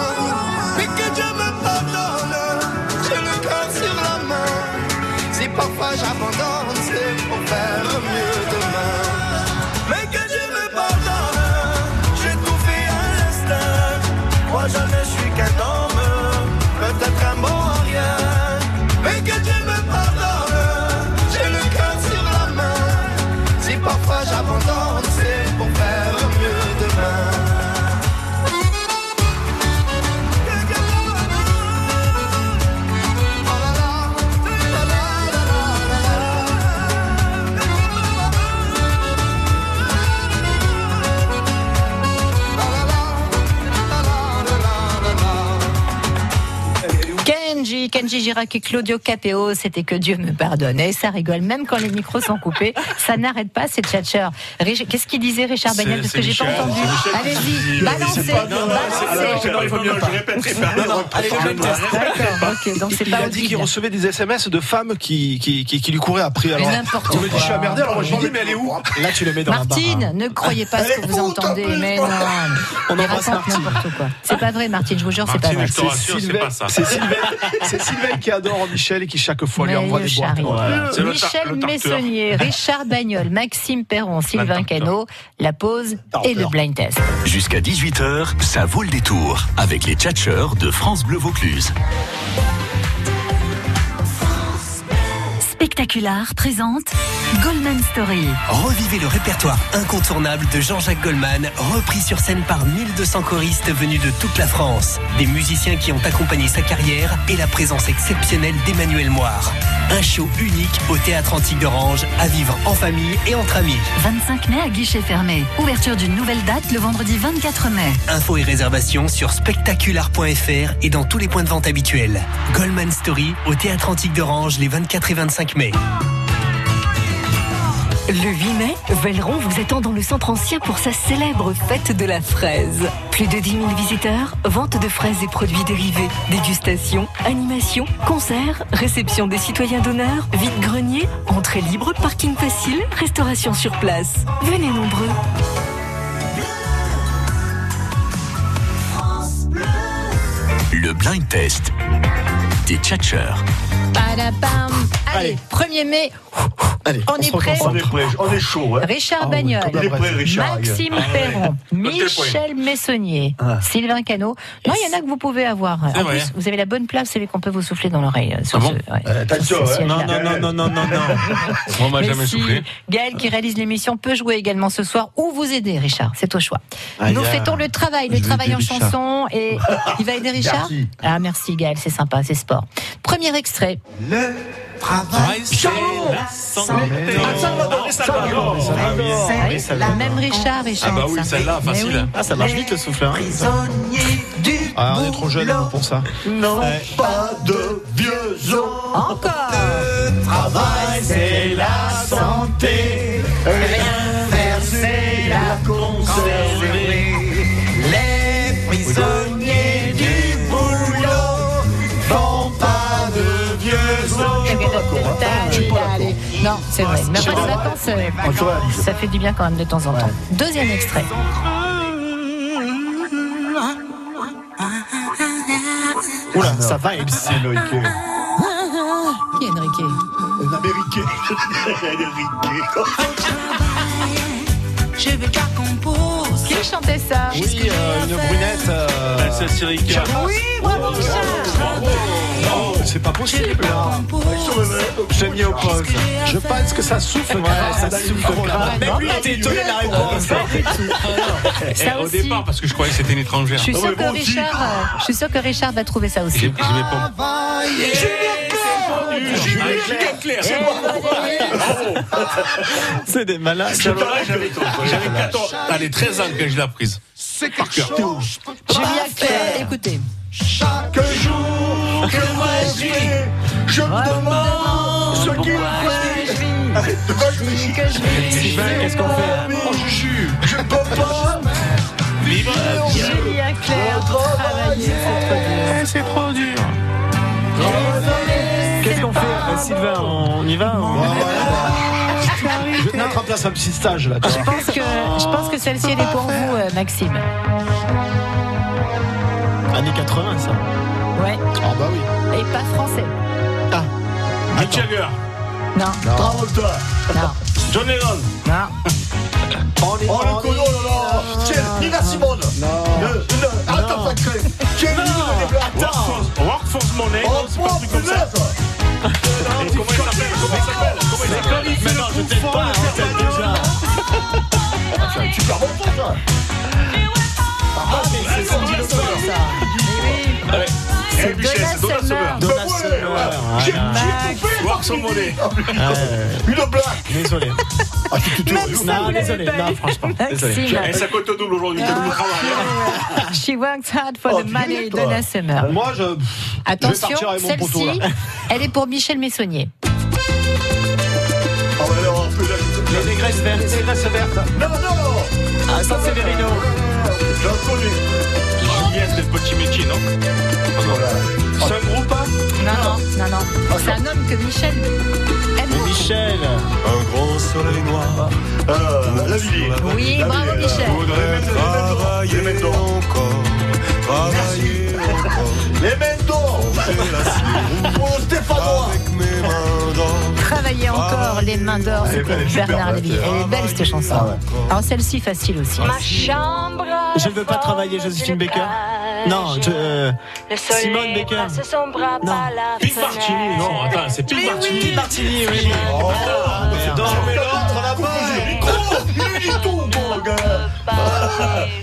Speaker 8: Mais que Dieu me pardonne. J'ai le cœur sur la main. Si parfois j'abandonne, c'est pour faire mieux demain. Mais que Dieu me pardonne, j'ai tout fait à l'instinct. Moi je ne suis qu'un homme, peut-être un bon à rien. Mais que Dieu me pardonne, j'ai le cœur sur la main. Si parfois j'abandonne, c'est pour faire mieux demain.
Speaker 2: Kenji, Kenji Girac et Claudio Capéo, c'était que Dieu me pardonne. Et ça rigole, même quand les micros sont coupés, ça n'arrête pas, c'est tchatcher. Qu'est-ce qu'il disait Richard
Speaker 4: C'est-
Speaker 2: Bagnol Parce
Speaker 4: c'est
Speaker 2: que j'ai pas
Speaker 4: Michel,
Speaker 2: entendu.
Speaker 4: c'est Michel qui
Speaker 2: Allez-y,
Speaker 4: dit, euh,
Speaker 2: balancez,
Speaker 4: c'est pas- non, non, c'est-
Speaker 2: balancez.
Speaker 4: alors,
Speaker 3: non,
Speaker 4: il faut bien, je répète, répète.
Speaker 3: Non, non,
Speaker 4: Allez, je le teste.
Speaker 2: D'accord, ok, donc c'est
Speaker 3: il
Speaker 2: pas
Speaker 3: a dit qu'il
Speaker 2: audible.
Speaker 3: recevait des SMS de femmes qui, qui, qui, qui lui couraient après. Alors,
Speaker 2: n'importe
Speaker 3: il me dit,
Speaker 2: quoi.
Speaker 3: je suis emmerdé, alors moi je lui dis, mais elle est où Là, Ah, tu le mets dans hein. la
Speaker 2: Martine, ne croyez pas ce que vous entendez, mais non.
Speaker 3: On
Speaker 2: Il
Speaker 3: embrasse
Speaker 2: raconte
Speaker 3: Martine.
Speaker 2: n'importe quoi. C'est pas vrai, Martine, je vous jure, c'est pas vrai.
Speaker 3: C'est Sylvain, c'est Sylvain- c'est Sylvain qui adore Michel et qui chaque fois lui
Speaker 2: Mais
Speaker 3: envoie
Speaker 2: le
Speaker 3: des boîtes.
Speaker 2: charrier.
Speaker 3: Voilà.
Speaker 2: Le Michel Messonnier, Richard Bagnol, Maxime Perron, Sylvain Cano, la pause et le blind test.
Speaker 9: Jusqu'à 18h, ça vaut le détour avec les tchatcheurs de France Bleu Vaucluse.
Speaker 12: Spectacular présente Goldman Story.
Speaker 16: Revivez le répertoire incontournable de Jean-Jacques Goldman, repris sur scène par 1200 choristes venus de toute la France. Des musiciens qui ont accompagné sa carrière et la présence exceptionnelle d'Emmanuel Moir. Un show unique au Théâtre Antique d'Orange, à vivre en famille et entre amis.
Speaker 12: 25 mai à guichet fermé. Ouverture d'une nouvelle date le vendredi 24 mai.
Speaker 16: Infos et réservations sur spectacular.fr et dans tous les points de vente habituels. Goldman Story au Théâtre Antique d'Orange les 24 et 25 mai.
Speaker 18: Le 8 mai, Velleron vous attend dans le centre ancien pour sa célèbre fête de la fraise. Plus de 10 000 visiteurs, vente de fraises et produits dérivés, dégustation, animation, concerts, réception des citoyens d'honneur, vide-grenier, entrée libre, parking facile, restauration sur place. Venez nombreux.
Speaker 9: Le blind test des tchatcheurs.
Speaker 2: Padapam. Allez, 1er mai, on, est prêt.
Speaker 5: On est prêt, on est chaud. hein.
Speaker 2: Richard
Speaker 5: Ah oui,
Speaker 2: Bagnol,
Speaker 5: comme la presse.
Speaker 2: Maxime
Speaker 5: Ah ouais.
Speaker 2: Perron,
Speaker 5: Notez le point.
Speaker 2: Michel Messonnier, Sylvain Cano. Non, il y en a que vous pouvez avoir.
Speaker 6: C'est
Speaker 2: En
Speaker 6: vrai.
Speaker 2: plus, vous avez la bonne place, c'est qu'on peut vous souffler dans l'oreille. euh, sur
Speaker 6: Ah bon
Speaker 2: ce- ouais,
Speaker 6: Euh, t'as
Speaker 2: sur
Speaker 6: le
Speaker 2: ce
Speaker 6: choix, ouais.
Speaker 2: siège-là.
Speaker 6: Non, non, non, non, non, non, non. Moi, on m'a
Speaker 2: Mais
Speaker 6: jamais
Speaker 2: si,
Speaker 6: soufflé.
Speaker 2: Gaël, qui réalise l'émission, peut jouer également ce soir ou vous aider, Richard. C'est au choix.
Speaker 6: Aïe,
Speaker 2: Nous
Speaker 6: aïe.
Speaker 2: fêtons le travail, le
Speaker 6: Je vais
Speaker 2: travail
Speaker 6: aider
Speaker 2: en
Speaker 6: Richard.
Speaker 2: chanson. Et il va aider Richard
Speaker 6: Merci.
Speaker 2: Ah, merci Gaël, c'est sympa, c'est sport. Premier extrait. Le travail, Ah
Speaker 4: Ah
Speaker 2: C'est la même Richard, Richard.
Speaker 3: Ah bah oui,
Speaker 2: ça.
Speaker 3: celle-là,
Speaker 2: Mais
Speaker 3: facile.
Speaker 2: oui.
Speaker 3: Ah, ça marche vite le souffle. hein. Ah, on est trop jeune nous, pour ça.
Speaker 7: Non,
Speaker 3: pas de vieux
Speaker 2: Encore.
Speaker 7: Le travail, c'est la santé. Rien faire, c'est la conserver. Les prisonniers du
Speaker 2: Eh
Speaker 3: hein.
Speaker 7: boulot vont pas de vieux os.
Speaker 2: Non, c'est vrai. Mais après les vacances, euh, ça fait du bien quand même de temps en temps. Deuxième extrait.
Speaker 3: Oula, ça va, c'est Loïc.
Speaker 2: Qui est Enrique
Speaker 10: Un américain.
Speaker 7: Je veux qu'à compose.
Speaker 2: Qui chantait ça
Speaker 3: Oui, euh, une brunette. Euh...
Speaker 4: C'est Sirica.
Speaker 7: Oui, bravo, Michel.
Speaker 3: Non, Oh, c'est pas possible. hein. J'ai mis au pause. Je pense que ça souffle. grave, ça souffle. grave.
Speaker 6: Même lui était étonné de la réponse.
Speaker 3: Ah,
Speaker 2: Ça
Speaker 4: Au
Speaker 2: aussi.
Speaker 4: départ, parce que je croyais que c'était une étrangère.
Speaker 2: Je
Speaker 6: Ah
Speaker 2: suis
Speaker 4: Non, mais
Speaker 2: sûre que
Speaker 4: bon, si.
Speaker 2: Richard, euh, je suis sûre que Richard va trouver ça
Speaker 4: J'ai-
Speaker 2: aussi.
Speaker 4: j'aimais pas.
Speaker 2: Ah,
Speaker 6: Julien Clerc, c'est C'est des malades.
Speaker 4: J'avais 14, allez, 13 ans que je l'ai apprise.
Speaker 8: C'est
Speaker 4: Par cœur.
Speaker 2: Julien Clerc, écoutez.
Speaker 8: Chaque jour que moi je vis, je me demande ce qu'il fait. Que je vis,
Speaker 6: Sylvain, qu'est-ce qu'on fait
Speaker 8: Oh, Juju, je peux pas
Speaker 4: vivre.
Speaker 2: Julien Clerc, travailler,
Speaker 4: c'est trop dur.
Speaker 6: Qu'est-ce qu'on fait
Speaker 3: Eh,
Speaker 6: euh, Sylvain On y va on-
Speaker 3: Je vais te mettre en place un petit stage là. tu
Speaker 2: Je pense que, je pense que celle-ci, elle est pour vous, euh, Maxime.
Speaker 3: vois. Années 80, ça.
Speaker 2: Ouais.
Speaker 3: Ah bah oui.
Speaker 2: Et pas français.
Speaker 4: Mick Jagger,
Speaker 2: Non.
Speaker 10: Travolta.
Speaker 2: Non.
Speaker 4: John Lennon.
Speaker 2: Non.
Speaker 3: On est,
Speaker 10: Oh le colo, oh là là Tiens, Nina Simone
Speaker 3: Non.
Speaker 10: Le- le- Attends, sacré Quel niveau des blagues Attends
Speaker 4: Workforce, Workforce Money.
Speaker 10: Oh,
Speaker 4: c'est pas un truc comme ça. Et comment il s'appelle Comment il s'appelle Comment il s'appelle Mais non, je t'aide
Speaker 10: hein,
Speaker 4: pas. je t'aide déjà.
Speaker 10: Tu perds mon temps, toi
Speaker 2: Ah, mais c'est Donna Summer, ça.
Speaker 10: Eh
Speaker 2: Mais oui.
Speaker 4: Ouais.
Speaker 2: C'est
Speaker 4: Eh, Michel, c'est Donna
Speaker 2: Donna Summer.
Speaker 4: Summer.
Speaker 10: Ben
Speaker 6: Donna Summer, voilà.
Speaker 4: Workforce Money.
Speaker 10: Une Ah, blague
Speaker 6: Désolé. Non, désolé. Non, franchement. Désolé.
Speaker 2: Maxime,
Speaker 4: Et ça cote au double aujourd'hui. Quel
Speaker 6: Ah.
Speaker 4: beau travail. hein.
Speaker 2: she worked hard for the money, Donna Summer.
Speaker 3: Moi, je.
Speaker 2: Attention,
Speaker 3: partir avec mon poteau,
Speaker 2: celle-ci,
Speaker 3: là.
Speaker 2: elle est pour Michel Messonnier.
Speaker 10: Ah ouais, alors, un peu là, je-
Speaker 6: Les négresses vertes.
Speaker 3: C'est la verte.
Speaker 10: Non, non Ah,
Speaker 6: Ah, ça, c'est Verino.
Speaker 10: J'en connais
Speaker 4: Julien Del Pochimecchi, non
Speaker 10: Ah, Voilà.
Speaker 3: C'est un groupe, hein
Speaker 2: Non, non, non, non. C'est un homme que Michel aime beaucoup.
Speaker 6: Michel.
Speaker 8: Un grand soleil noir.
Speaker 10: Euh, La Villiers
Speaker 2: Oui,
Speaker 8: euh,
Speaker 2: bravo Michel.
Speaker 8: Faudrait travailler encore, travailler encore.
Speaker 10: Les mains d'or
Speaker 8: J'ai la scie
Speaker 10: Pour Stéphanois
Speaker 8: avec mes mains d'or.
Speaker 2: Travailler encore, les mains d'or,
Speaker 10: Elle est
Speaker 2: c'était
Speaker 10: belle, elle est super
Speaker 2: Bernard
Speaker 10: belle,
Speaker 2: Lévy.
Speaker 10: elle.
Speaker 2: Elle est belle cette chanson. Alors celle-ci, facile aussi.
Speaker 7: chambre.
Speaker 6: Je ne veux pas travailler, Josephine Baker. Non, je, euh, Simone Baker.
Speaker 7: son bras
Speaker 6: Non. par
Speaker 4: Pete Martini, non, attends, c'est Pete Martini.
Speaker 6: Pete Martini, oui.
Speaker 10: Dans le l'autre là-bas Il est tout, mon gars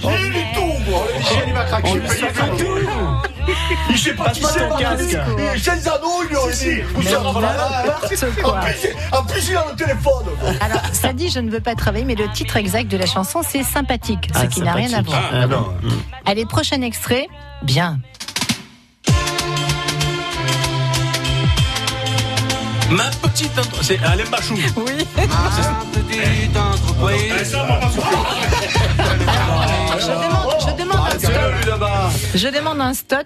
Speaker 10: Il est tout, moi
Speaker 3: Michel, il va craquer.
Speaker 10: Il fait pas tout. Il sait pas
Speaker 6: Passe
Speaker 10: qui
Speaker 6: pas
Speaker 10: c'est,
Speaker 6: ton
Speaker 10: mon gars.
Speaker 6: casque.
Speaker 10: Il sait les anneaux, il lui a dit. Vous
Speaker 2: Mais
Speaker 10: savez, voilà.
Speaker 2: n'importe
Speaker 10: En
Speaker 2: quoi.
Speaker 10: plus, en plus, il a le téléphone.
Speaker 2: Alors, ça dit Je ne veux pas travailler, mais le titre exact de la chanson, c'est Sympathique, ce
Speaker 6: Ah,
Speaker 2: qui n'a rien à
Speaker 6: sympathique.
Speaker 2: voir.
Speaker 6: Ah, non.
Speaker 2: Allez, prochain extrait. Bien.
Speaker 4: Ma petite intro- c'est Alain Bachou.
Speaker 2: Oui. Ah.
Speaker 4: Eh, ça, on va pas se voir.
Speaker 2: Ah, Je demande, je demande un stop.
Speaker 4: Lui, là-bas.
Speaker 2: Je demande un stop,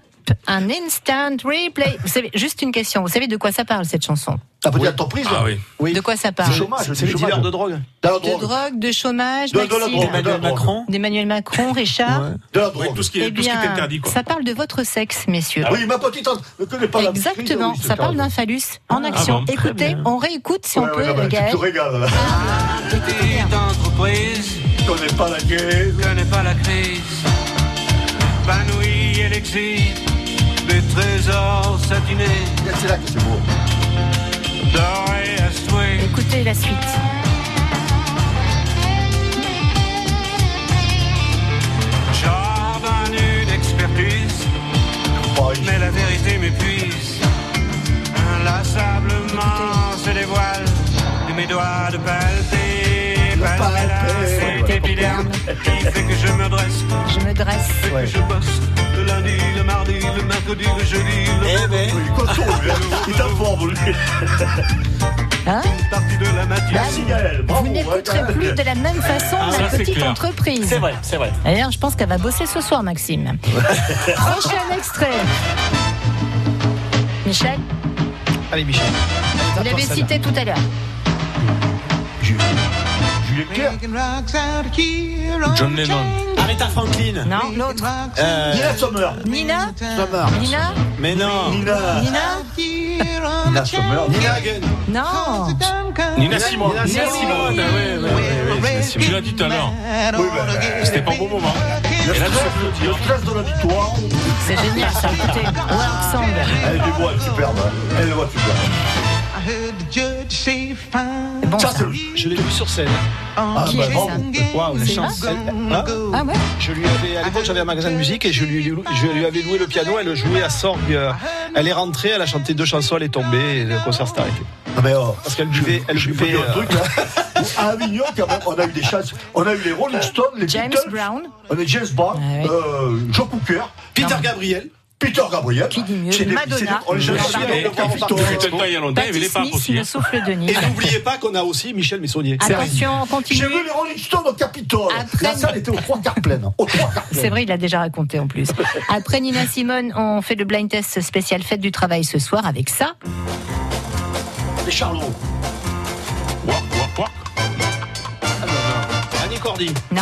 Speaker 2: un instant replay. Vous savez, juste une question. Vous savez de quoi ça parle, cette chanson
Speaker 5: T'as pas dit à ton prise,
Speaker 4: Ah
Speaker 5: là
Speaker 4: oui.
Speaker 3: Oui.
Speaker 2: De quoi ça
Speaker 5: Du
Speaker 2: parle
Speaker 5: chômage,
Speaker 3: C'est les dealers de drogue.
Speaker 5: Dans la
Speaker 2: De
Speaker 5: drogue.
Speaker 2: drogue, de chômage,
Speaker 5: De- de la
Speaker 2: Maxime.
Speaker 5: drogue.
Speaker 6: Emmanuel Macron.
Speaker 2: D'Emmanuel Macron, Richard.
Speaker 5: De la
Speaker 4: Oui,
Speaker 5: drogue.
Speaker 4: tout ce qui est,
Speaker 2: Eh
Speaker 4: tout ce qui est
Speaker 2: bien,
Speaker 4: interdit, quoi.
Speaker 2: ça parle de votre sexe, messieurs.
Speaker 5: Ah Oui, ma petite tante ne connaît pas la
Speaker 2: Exactement,
Speaker 5: maîtrise, Ah oui,
Speaker 2: ça
Speaker 5: c'est Ah,
Speaker 2: parle d'un
Speaker 5: grave.
Speaker 2: phallus en action.
Speaker 4: bon, très
Speaker 2: Écoutez,
Speaker 6: bien.
Speaker 2: on réécoute si
Speaker 10: Ouais,
Speaker 2: on
Speaker 10: ouais, non,
Speaker 2: peut, Ah.
Speaker 10: mais
Speaker 2: Gaël.
Speaker 10: Tu te régales, là.
Speaker 21: Petite entreprise,
Speaker 10: Tu connais pas la guerre.
Speaker 21: je connais pas la crise. Panouille et l'exil, des trésors satinés,
Speaker 5: C'est là que c'est beau.
Speaker 21: dorés à souhait.
Speaker 2: Écoutez la suite.
Speaker 21: Jardin nu d'expertise,
Speaker 5: Pareil.
Speaker 21: mais la vérité m'épuise. Inlassablement se dévoile de mes doigts de palper, palper la cet épiderme qui fait que je me dresse,
Speaker 2: Je me dresse.
Speaker 21: fait que je bosse. Le lundi, le mardi, le mercredi, le jeudi, le
Speaker 5: Oui, Eh il contourne, lui, hein. Il t'informe, lui.
Speaker 2: Hein
Speaker 21: parti de la matière.
Speaker 2: Bah,
Speaker 5: Signal, bravo,
Speaker 2: vous n'écouterez
Speaker 5: ouais.
Speaker 2: plus de la même façon
Speaker 4: Ah,
Speaker 2: la
Speaker 4: ça, c'est
Speaker 2: petite
Speaker 4: clair.
Speaker 2: entreprise.
Speaker 6: C'est vrai, c'est vrai.
Speaker 2: D'ailleurs, je pense qu'elle va bosser ce soir, Maxime. Prochain extrait. Michel,
Speaker 3: Allez, Michel.
Speaker 2: vous l'avez cité tout à l'heure.
Speaker 5: Dieu. Julie Clerc.
Speaker 6: John Lennon. Aretha Franklin.
Speaker 2: Non, l'autre.
Speaker 6: Euh, Nina Sommer.
Speaker 2: Nina Nina
Speaker 6: Mais non.
Speaker 2: Nina
Speaker 5: Nina Sommer. Nina
Speaker 2: Non
Speaker 4: Nina Simone.
Speaker 2: Nina Simone.
Speaker 4: ah ouais, ouais, ouais, ouais, Nina Simone. Tu l'as dit tout à l'heure. C'était pas au bon moment. Et là, tu sais
Speaker 5: ben, Le stress de la victoire.
Speaker 2: C'est génial ça, écoutez. World Song.
Speaker 5: Elle est du bois, elle est superbe. hein. Elle est du bois, superbe.
Speaker 2: Bon,
Speaker 3: ça,
Speaker 2: ça.
Speaker 3: c'est le- je l'ai vu sur scène.
Speaker 2: Ah, Qui bah, est bravo. ça
Speaker 3: Waouh, la
Speaker 2: C'est
Speaker 3: chance.
Speaker 2: vrai
Speaker 3: Elle- hein
Speaker 2: Ah ouais
Speaker 3: Je lui avais, à l'époque, j'avais un magasin de musique et je lui, je lui avais loué le piano. Elle jouait à Sorgue. euh, Elle est rentrée, elle a chanté deux chansons, elle est tombée et le concert s'est arrêté.
Speaker 5: Ah ben, oh,
Speaker 3: Parce qu'elle buvait, elle buvait.
Speaker 5: un truc, là. euh, À Avignon, quand même, on a eu des chances. On a eu les Rolling Stones, les
Speaker 2: Euh, James
Speaker 5: Beatles.
Speaker 2: Brown. Ah
Speaker 5: On a James Brown, euh, Joe Cooker. Peter Gabriel. Peter Gabriel. Qui dit
Speaker 2: mieux Madonna.
Speaker 5: On les a
Speaker 2: Madonna.
Speaker 5: suivis, on les voit en partout.
Speaker 2: ne souffle de
Speaker 3: Et
Speaker 2: Nina.
Speaker 3: n'oubliez pas qu'on a aussi Michel Messonnier.
Speaker 2: Attention, on continue. Ah.
Speaker 5: J'ai vu les Rolling Stones au Capitole.
Speaker 2: Après-
Speaker 5: La salle était aux trois quarts pleine. Aux trois quarts pleines.
Speaker 2: C'est vrai, il l'a déjà raconté en plus. Après Nina Simone, on fait le blind test spécial fête du travail ce soir avec ça.
Speaker 5: Les Charlots.
Speaker 3: Annie Cordy.
Speaker 2: Non.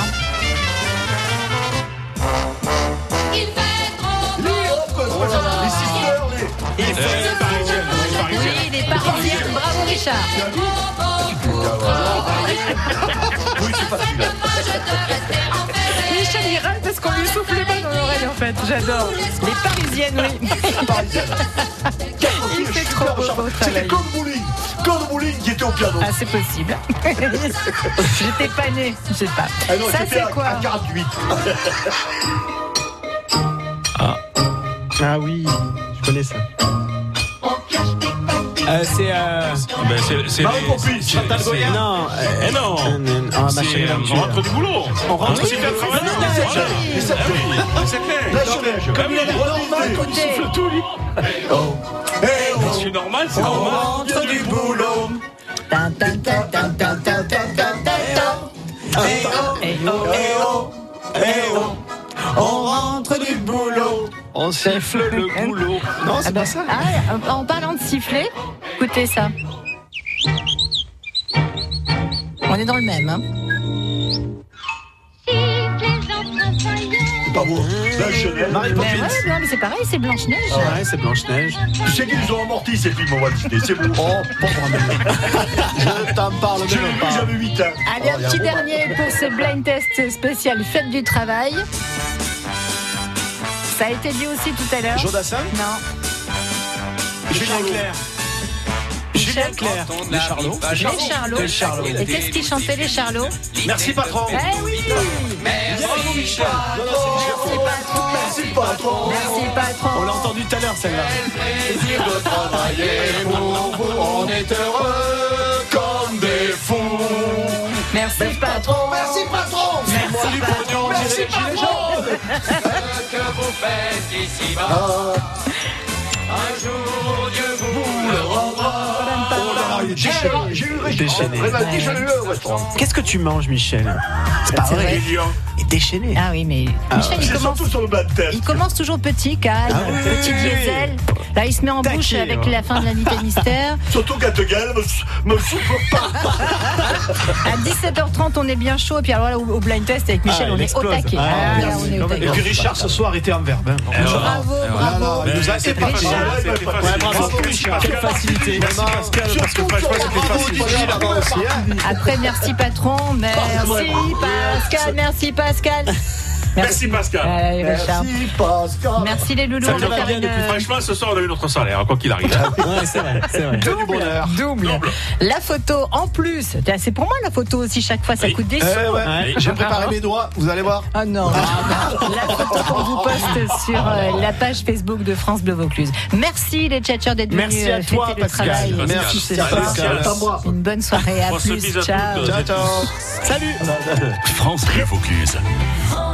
Speaker 5: Les sisters, les.
Speaker 4: Il fait
Speaker 2: Oui, les parisiennes, bravo Richard.
Speaker 8: Ah,
Speaker 10: Michel il râle parce qu'on lui souffle pas dans l'oreille en fait. J'adore.
Speaker 2: Les parisiennes, oui.
Speaker 5: Il fait trop beau C'était Claude Bouling. Claude Bouling qui était au piano.
Speaker 2: Ah, c'est possible. J'étais pas née, je sais pas.
Speaker 5: Ah non,
Speaker 2: ça,
Speaker 5: c'était
Speaker 2: c'est
Speaker 5: à,
Speaker 2: quoi
Speaker 5: à 48.
Speaker 6: Ah oui, je connais ça. Euh, c'est. Euh...
Speaker 4: Ben, c'est- c'est
Speaker 6: Marie
Speaker 4: les-
Speaker 6: Pompis,
Speaker 4: c'est-
Speaker 6: Chantal
Speaker 4: c'est-
Speaker 6: Goya. Non, euh,
Speaker 4: Eh non.
Speaker 6: ah, ma
Speaker 4: C'est,
Speaker 6: chérie,
Speaker 4: euh,
Speaker 6: elle me tue,
Speaker 4: On rentre
Speaker 6: là.
Speaker 4: du boulot.
Speaker 6: On rentre
Speaker 4: C'est
Speaker 6: du
Speaker 4: bien
Speaker 6: boulot.
Speaker 4: travaillé.
Speaker 6: Non, non,
Speaker 4: Voilà.
Speaker 6: c'est-
Speaker 4: Eh
Speaker 5: c'est-
Speaker 4: oui, c'est clair.
Speaker 5: Comme-
Speaker 4: Comme
Speaker 5: comme
Speaker 4: il
Speaker 5: Eh il
Speaker 4: est
Speaker 5: est normal,
Speaker 4: normal,
Speaker 5: comme
Speaker 4: il
Speaker 5: il
Speaker 4: souffle tout, lui. Je suis normal, c'est normal.
Speaker 5: rentre oh. du boulot.
Speaker 2: Tin, tin, tin, tin, tin, tin, tin, tin, tin. Eh oh, eh oh.
Speaker 5: Eh On rentre du boulot.
Speaker 3: On siffle le boulot. Non, c'est
Speaker 2: Ah bah,
Speaker 3: pas ça.
Speaker 2: ah, en parlant de siffler, écoutez ça. On est dans le même. Hein.
Speaker 5: C'est pas beau. La Chanel. Marie
Speaker 2: Mais ouais, ouais, mais c'est pareil, c'est
Speaker 3: Ah
Speaker 2: Blanche-Neige.
Speaker 6: Ouais, c'est Blanche-Neige.
Speaker 5: Tu sais qu'ils ont amorti ces films au Walt Disney. C'est bon. Oh, pauvre
Speaker 3: Je t'en parle
Speaker 5: Je l'ai
Speaker 3: même
Speaker 5: vu,
Speaker 3: pas.
Speaker 5: j'avais 8 ans.
Speaker 2: Allez,
Speaker 5: Oh, il y
Speaker 2: un
Speaker 5: a
Speaker 2: petit
Speaker 5: beau-
Speaker 2: dernier pour ce blind test spécial Fête du Travail. Ça a été dit aussi tout à l'heure.
Speaker 3: Jodassin
Speaker 2: Non.
Speaker 6: Julien Clerc. Julien Bah, Clerc.
Speaker 3: Les Charlots.
Speaker 2: Les Charlots. Et qu'est-ce qu'ils chantaient les Charlots
Speaker 3: Merci, patron.
Speaker 2: Eh oui
Speaker 3: Bravo, Michel. Non, non, c'est Michel.
Speaker 2: Merci patron
Speaker 5: Merci, patron.
Speaker 2: Merci
Speaker 6: On
Speaker 2: patron
Speaker 6: l'a entendu tout à l'heure, celle-là.
Speaker 10: plaisir de travailler pour vous. On est heureux comme des fous.
Speaker 2: Merci patron
Speaker 5: Merci, patron.
Speaker 10: Merci patron. Merci patron. Ce que vous faites ici bas. Un jour Dieu vous le rendra.
Speaker 5: Oh là là, il est déchaîné. J'ai eu raison.
Speaker 6: Déchaîné.
Speaker 5: Vraiment, déchaîné au restaurant.
Speaker 6: Qu'est-ce que tu manges, Michel C'est pas
Speaker 2: vrai.
Speaker 6: vrai. Il est déchaîné.
Speaker 2: Ah oui mais Michel il
Speaker 5: C'est
Speaker 2: commence,
Speaker 5: surtout sur le bas de tête.
Speaker 2: il commence toujours petit Cal,
Speaker 6: ouais.
Speaker 2: petit diesel. Là il se met en
Speaker 6: Ah Taquet, hein.
Speaker 2: bouche avec
Speaker 6: ouais.
Speaker 2: la fin de l'invité mystère.
Speaker 5: Surtout qu'à te gale, me souffle pas.
Speaker 2: À 17h30 on est bien chaud et puis alors là au au blind test avec Michel
Speaker 6: Ah,
Speaker 2: on
Speaker 6: il
Speaker 2: est au
Speaker 6: explose.
Speaker 2: taquet.
Speaker 6: Ah,
Speaker 2: Ah, là,
Speaker 6: merci.
Speaker 2: on est au
Speaker 3: Et
Speaker 2: taquet.
Speaker 3: puis Richard ce soir était en verbe. hein.
Speaker 2: Bravo, bravo.
Speaker 3: Il nous a
Speaker 6: C'était
Speaker 3: épaté.
Speaker 6: facile.
Speaker 5: Ouais,
Speaker 6: C'était
Speaker 5: ouais,
Speaker 6: facile.
Speaker 5: ouais,
Speaker 6: Bravo,
Speaker 5: bravo,
Speaker 6: Richard. Quelle facilité.
Speaker 3: Vraiment.
Speaker 5: Surtout sur le bravo du Gilles avant aussi, hein.
Speaker 2: Après merci patron, merci Pascal, merci Pascal.
Speaker 4: Merci, Pascal.
Speaker 2: Allez, Richard.
Speaker 5: Merci, Pascal.
Speaker 2: Merci les loulous.
Speaker 4: Ça
Speaker 2: on
Speaker 4: te
Speaker 2: va
Speaker 4: va
Speaker 2: faire
Speaker 4: bien
Speaker 2: une- euh,
Speaker 4: depuis. Franchement, ce soir, on a eu notre salaire, quoi qu'il arrive.
Speaker 6: Ouais, c'est vrai, c'est vrai.
Speaker 3: Que du bonheur.
Speaker 2: Double. La photo en plus. Tiens, C'est pour moi la photo aussi chaque fois, ça
Speaker 4: Oui.
Speaker 2: coûte des sous.
Speaker 3: Eh ouais,
Speaker 6: Ouais.
Speaker 3: J'ai préparé mes doigts, vous allez voir. bah.
Speaker 2: Ah non. la photo qu'on vous poste sur euh, la page Facebook de France Bleu Vaucluse. Merci les tchatchers d'être venus.
Speaker 6: Merci à
Speaker 2: euh,
Speaker 6: toi,
Speaker 2: fêter le
Speaker 6: Pascal.
Speaker 2: travail.
Speaker 4: Merci,
Speaker 3: Merci,
Speaker 4: Pascal.
Speaker 3: Pascal.
Speaker 4: Pascal.
Speaker 5: C'est à moi.
Speaker 2: Une bonne soirée à
Speaker 4: On se
Speaker 2: plus.
Speaker 4: bise à
Speaker 2: Ciao.
Speaker 4: toutes.
Speaker 3: Ciao,
Speaker 4: euh,
Speaker 3: ciao.
Speaker 6: Salut
Speaker 9: France Bleu Vaucluse.
Speaker 10: France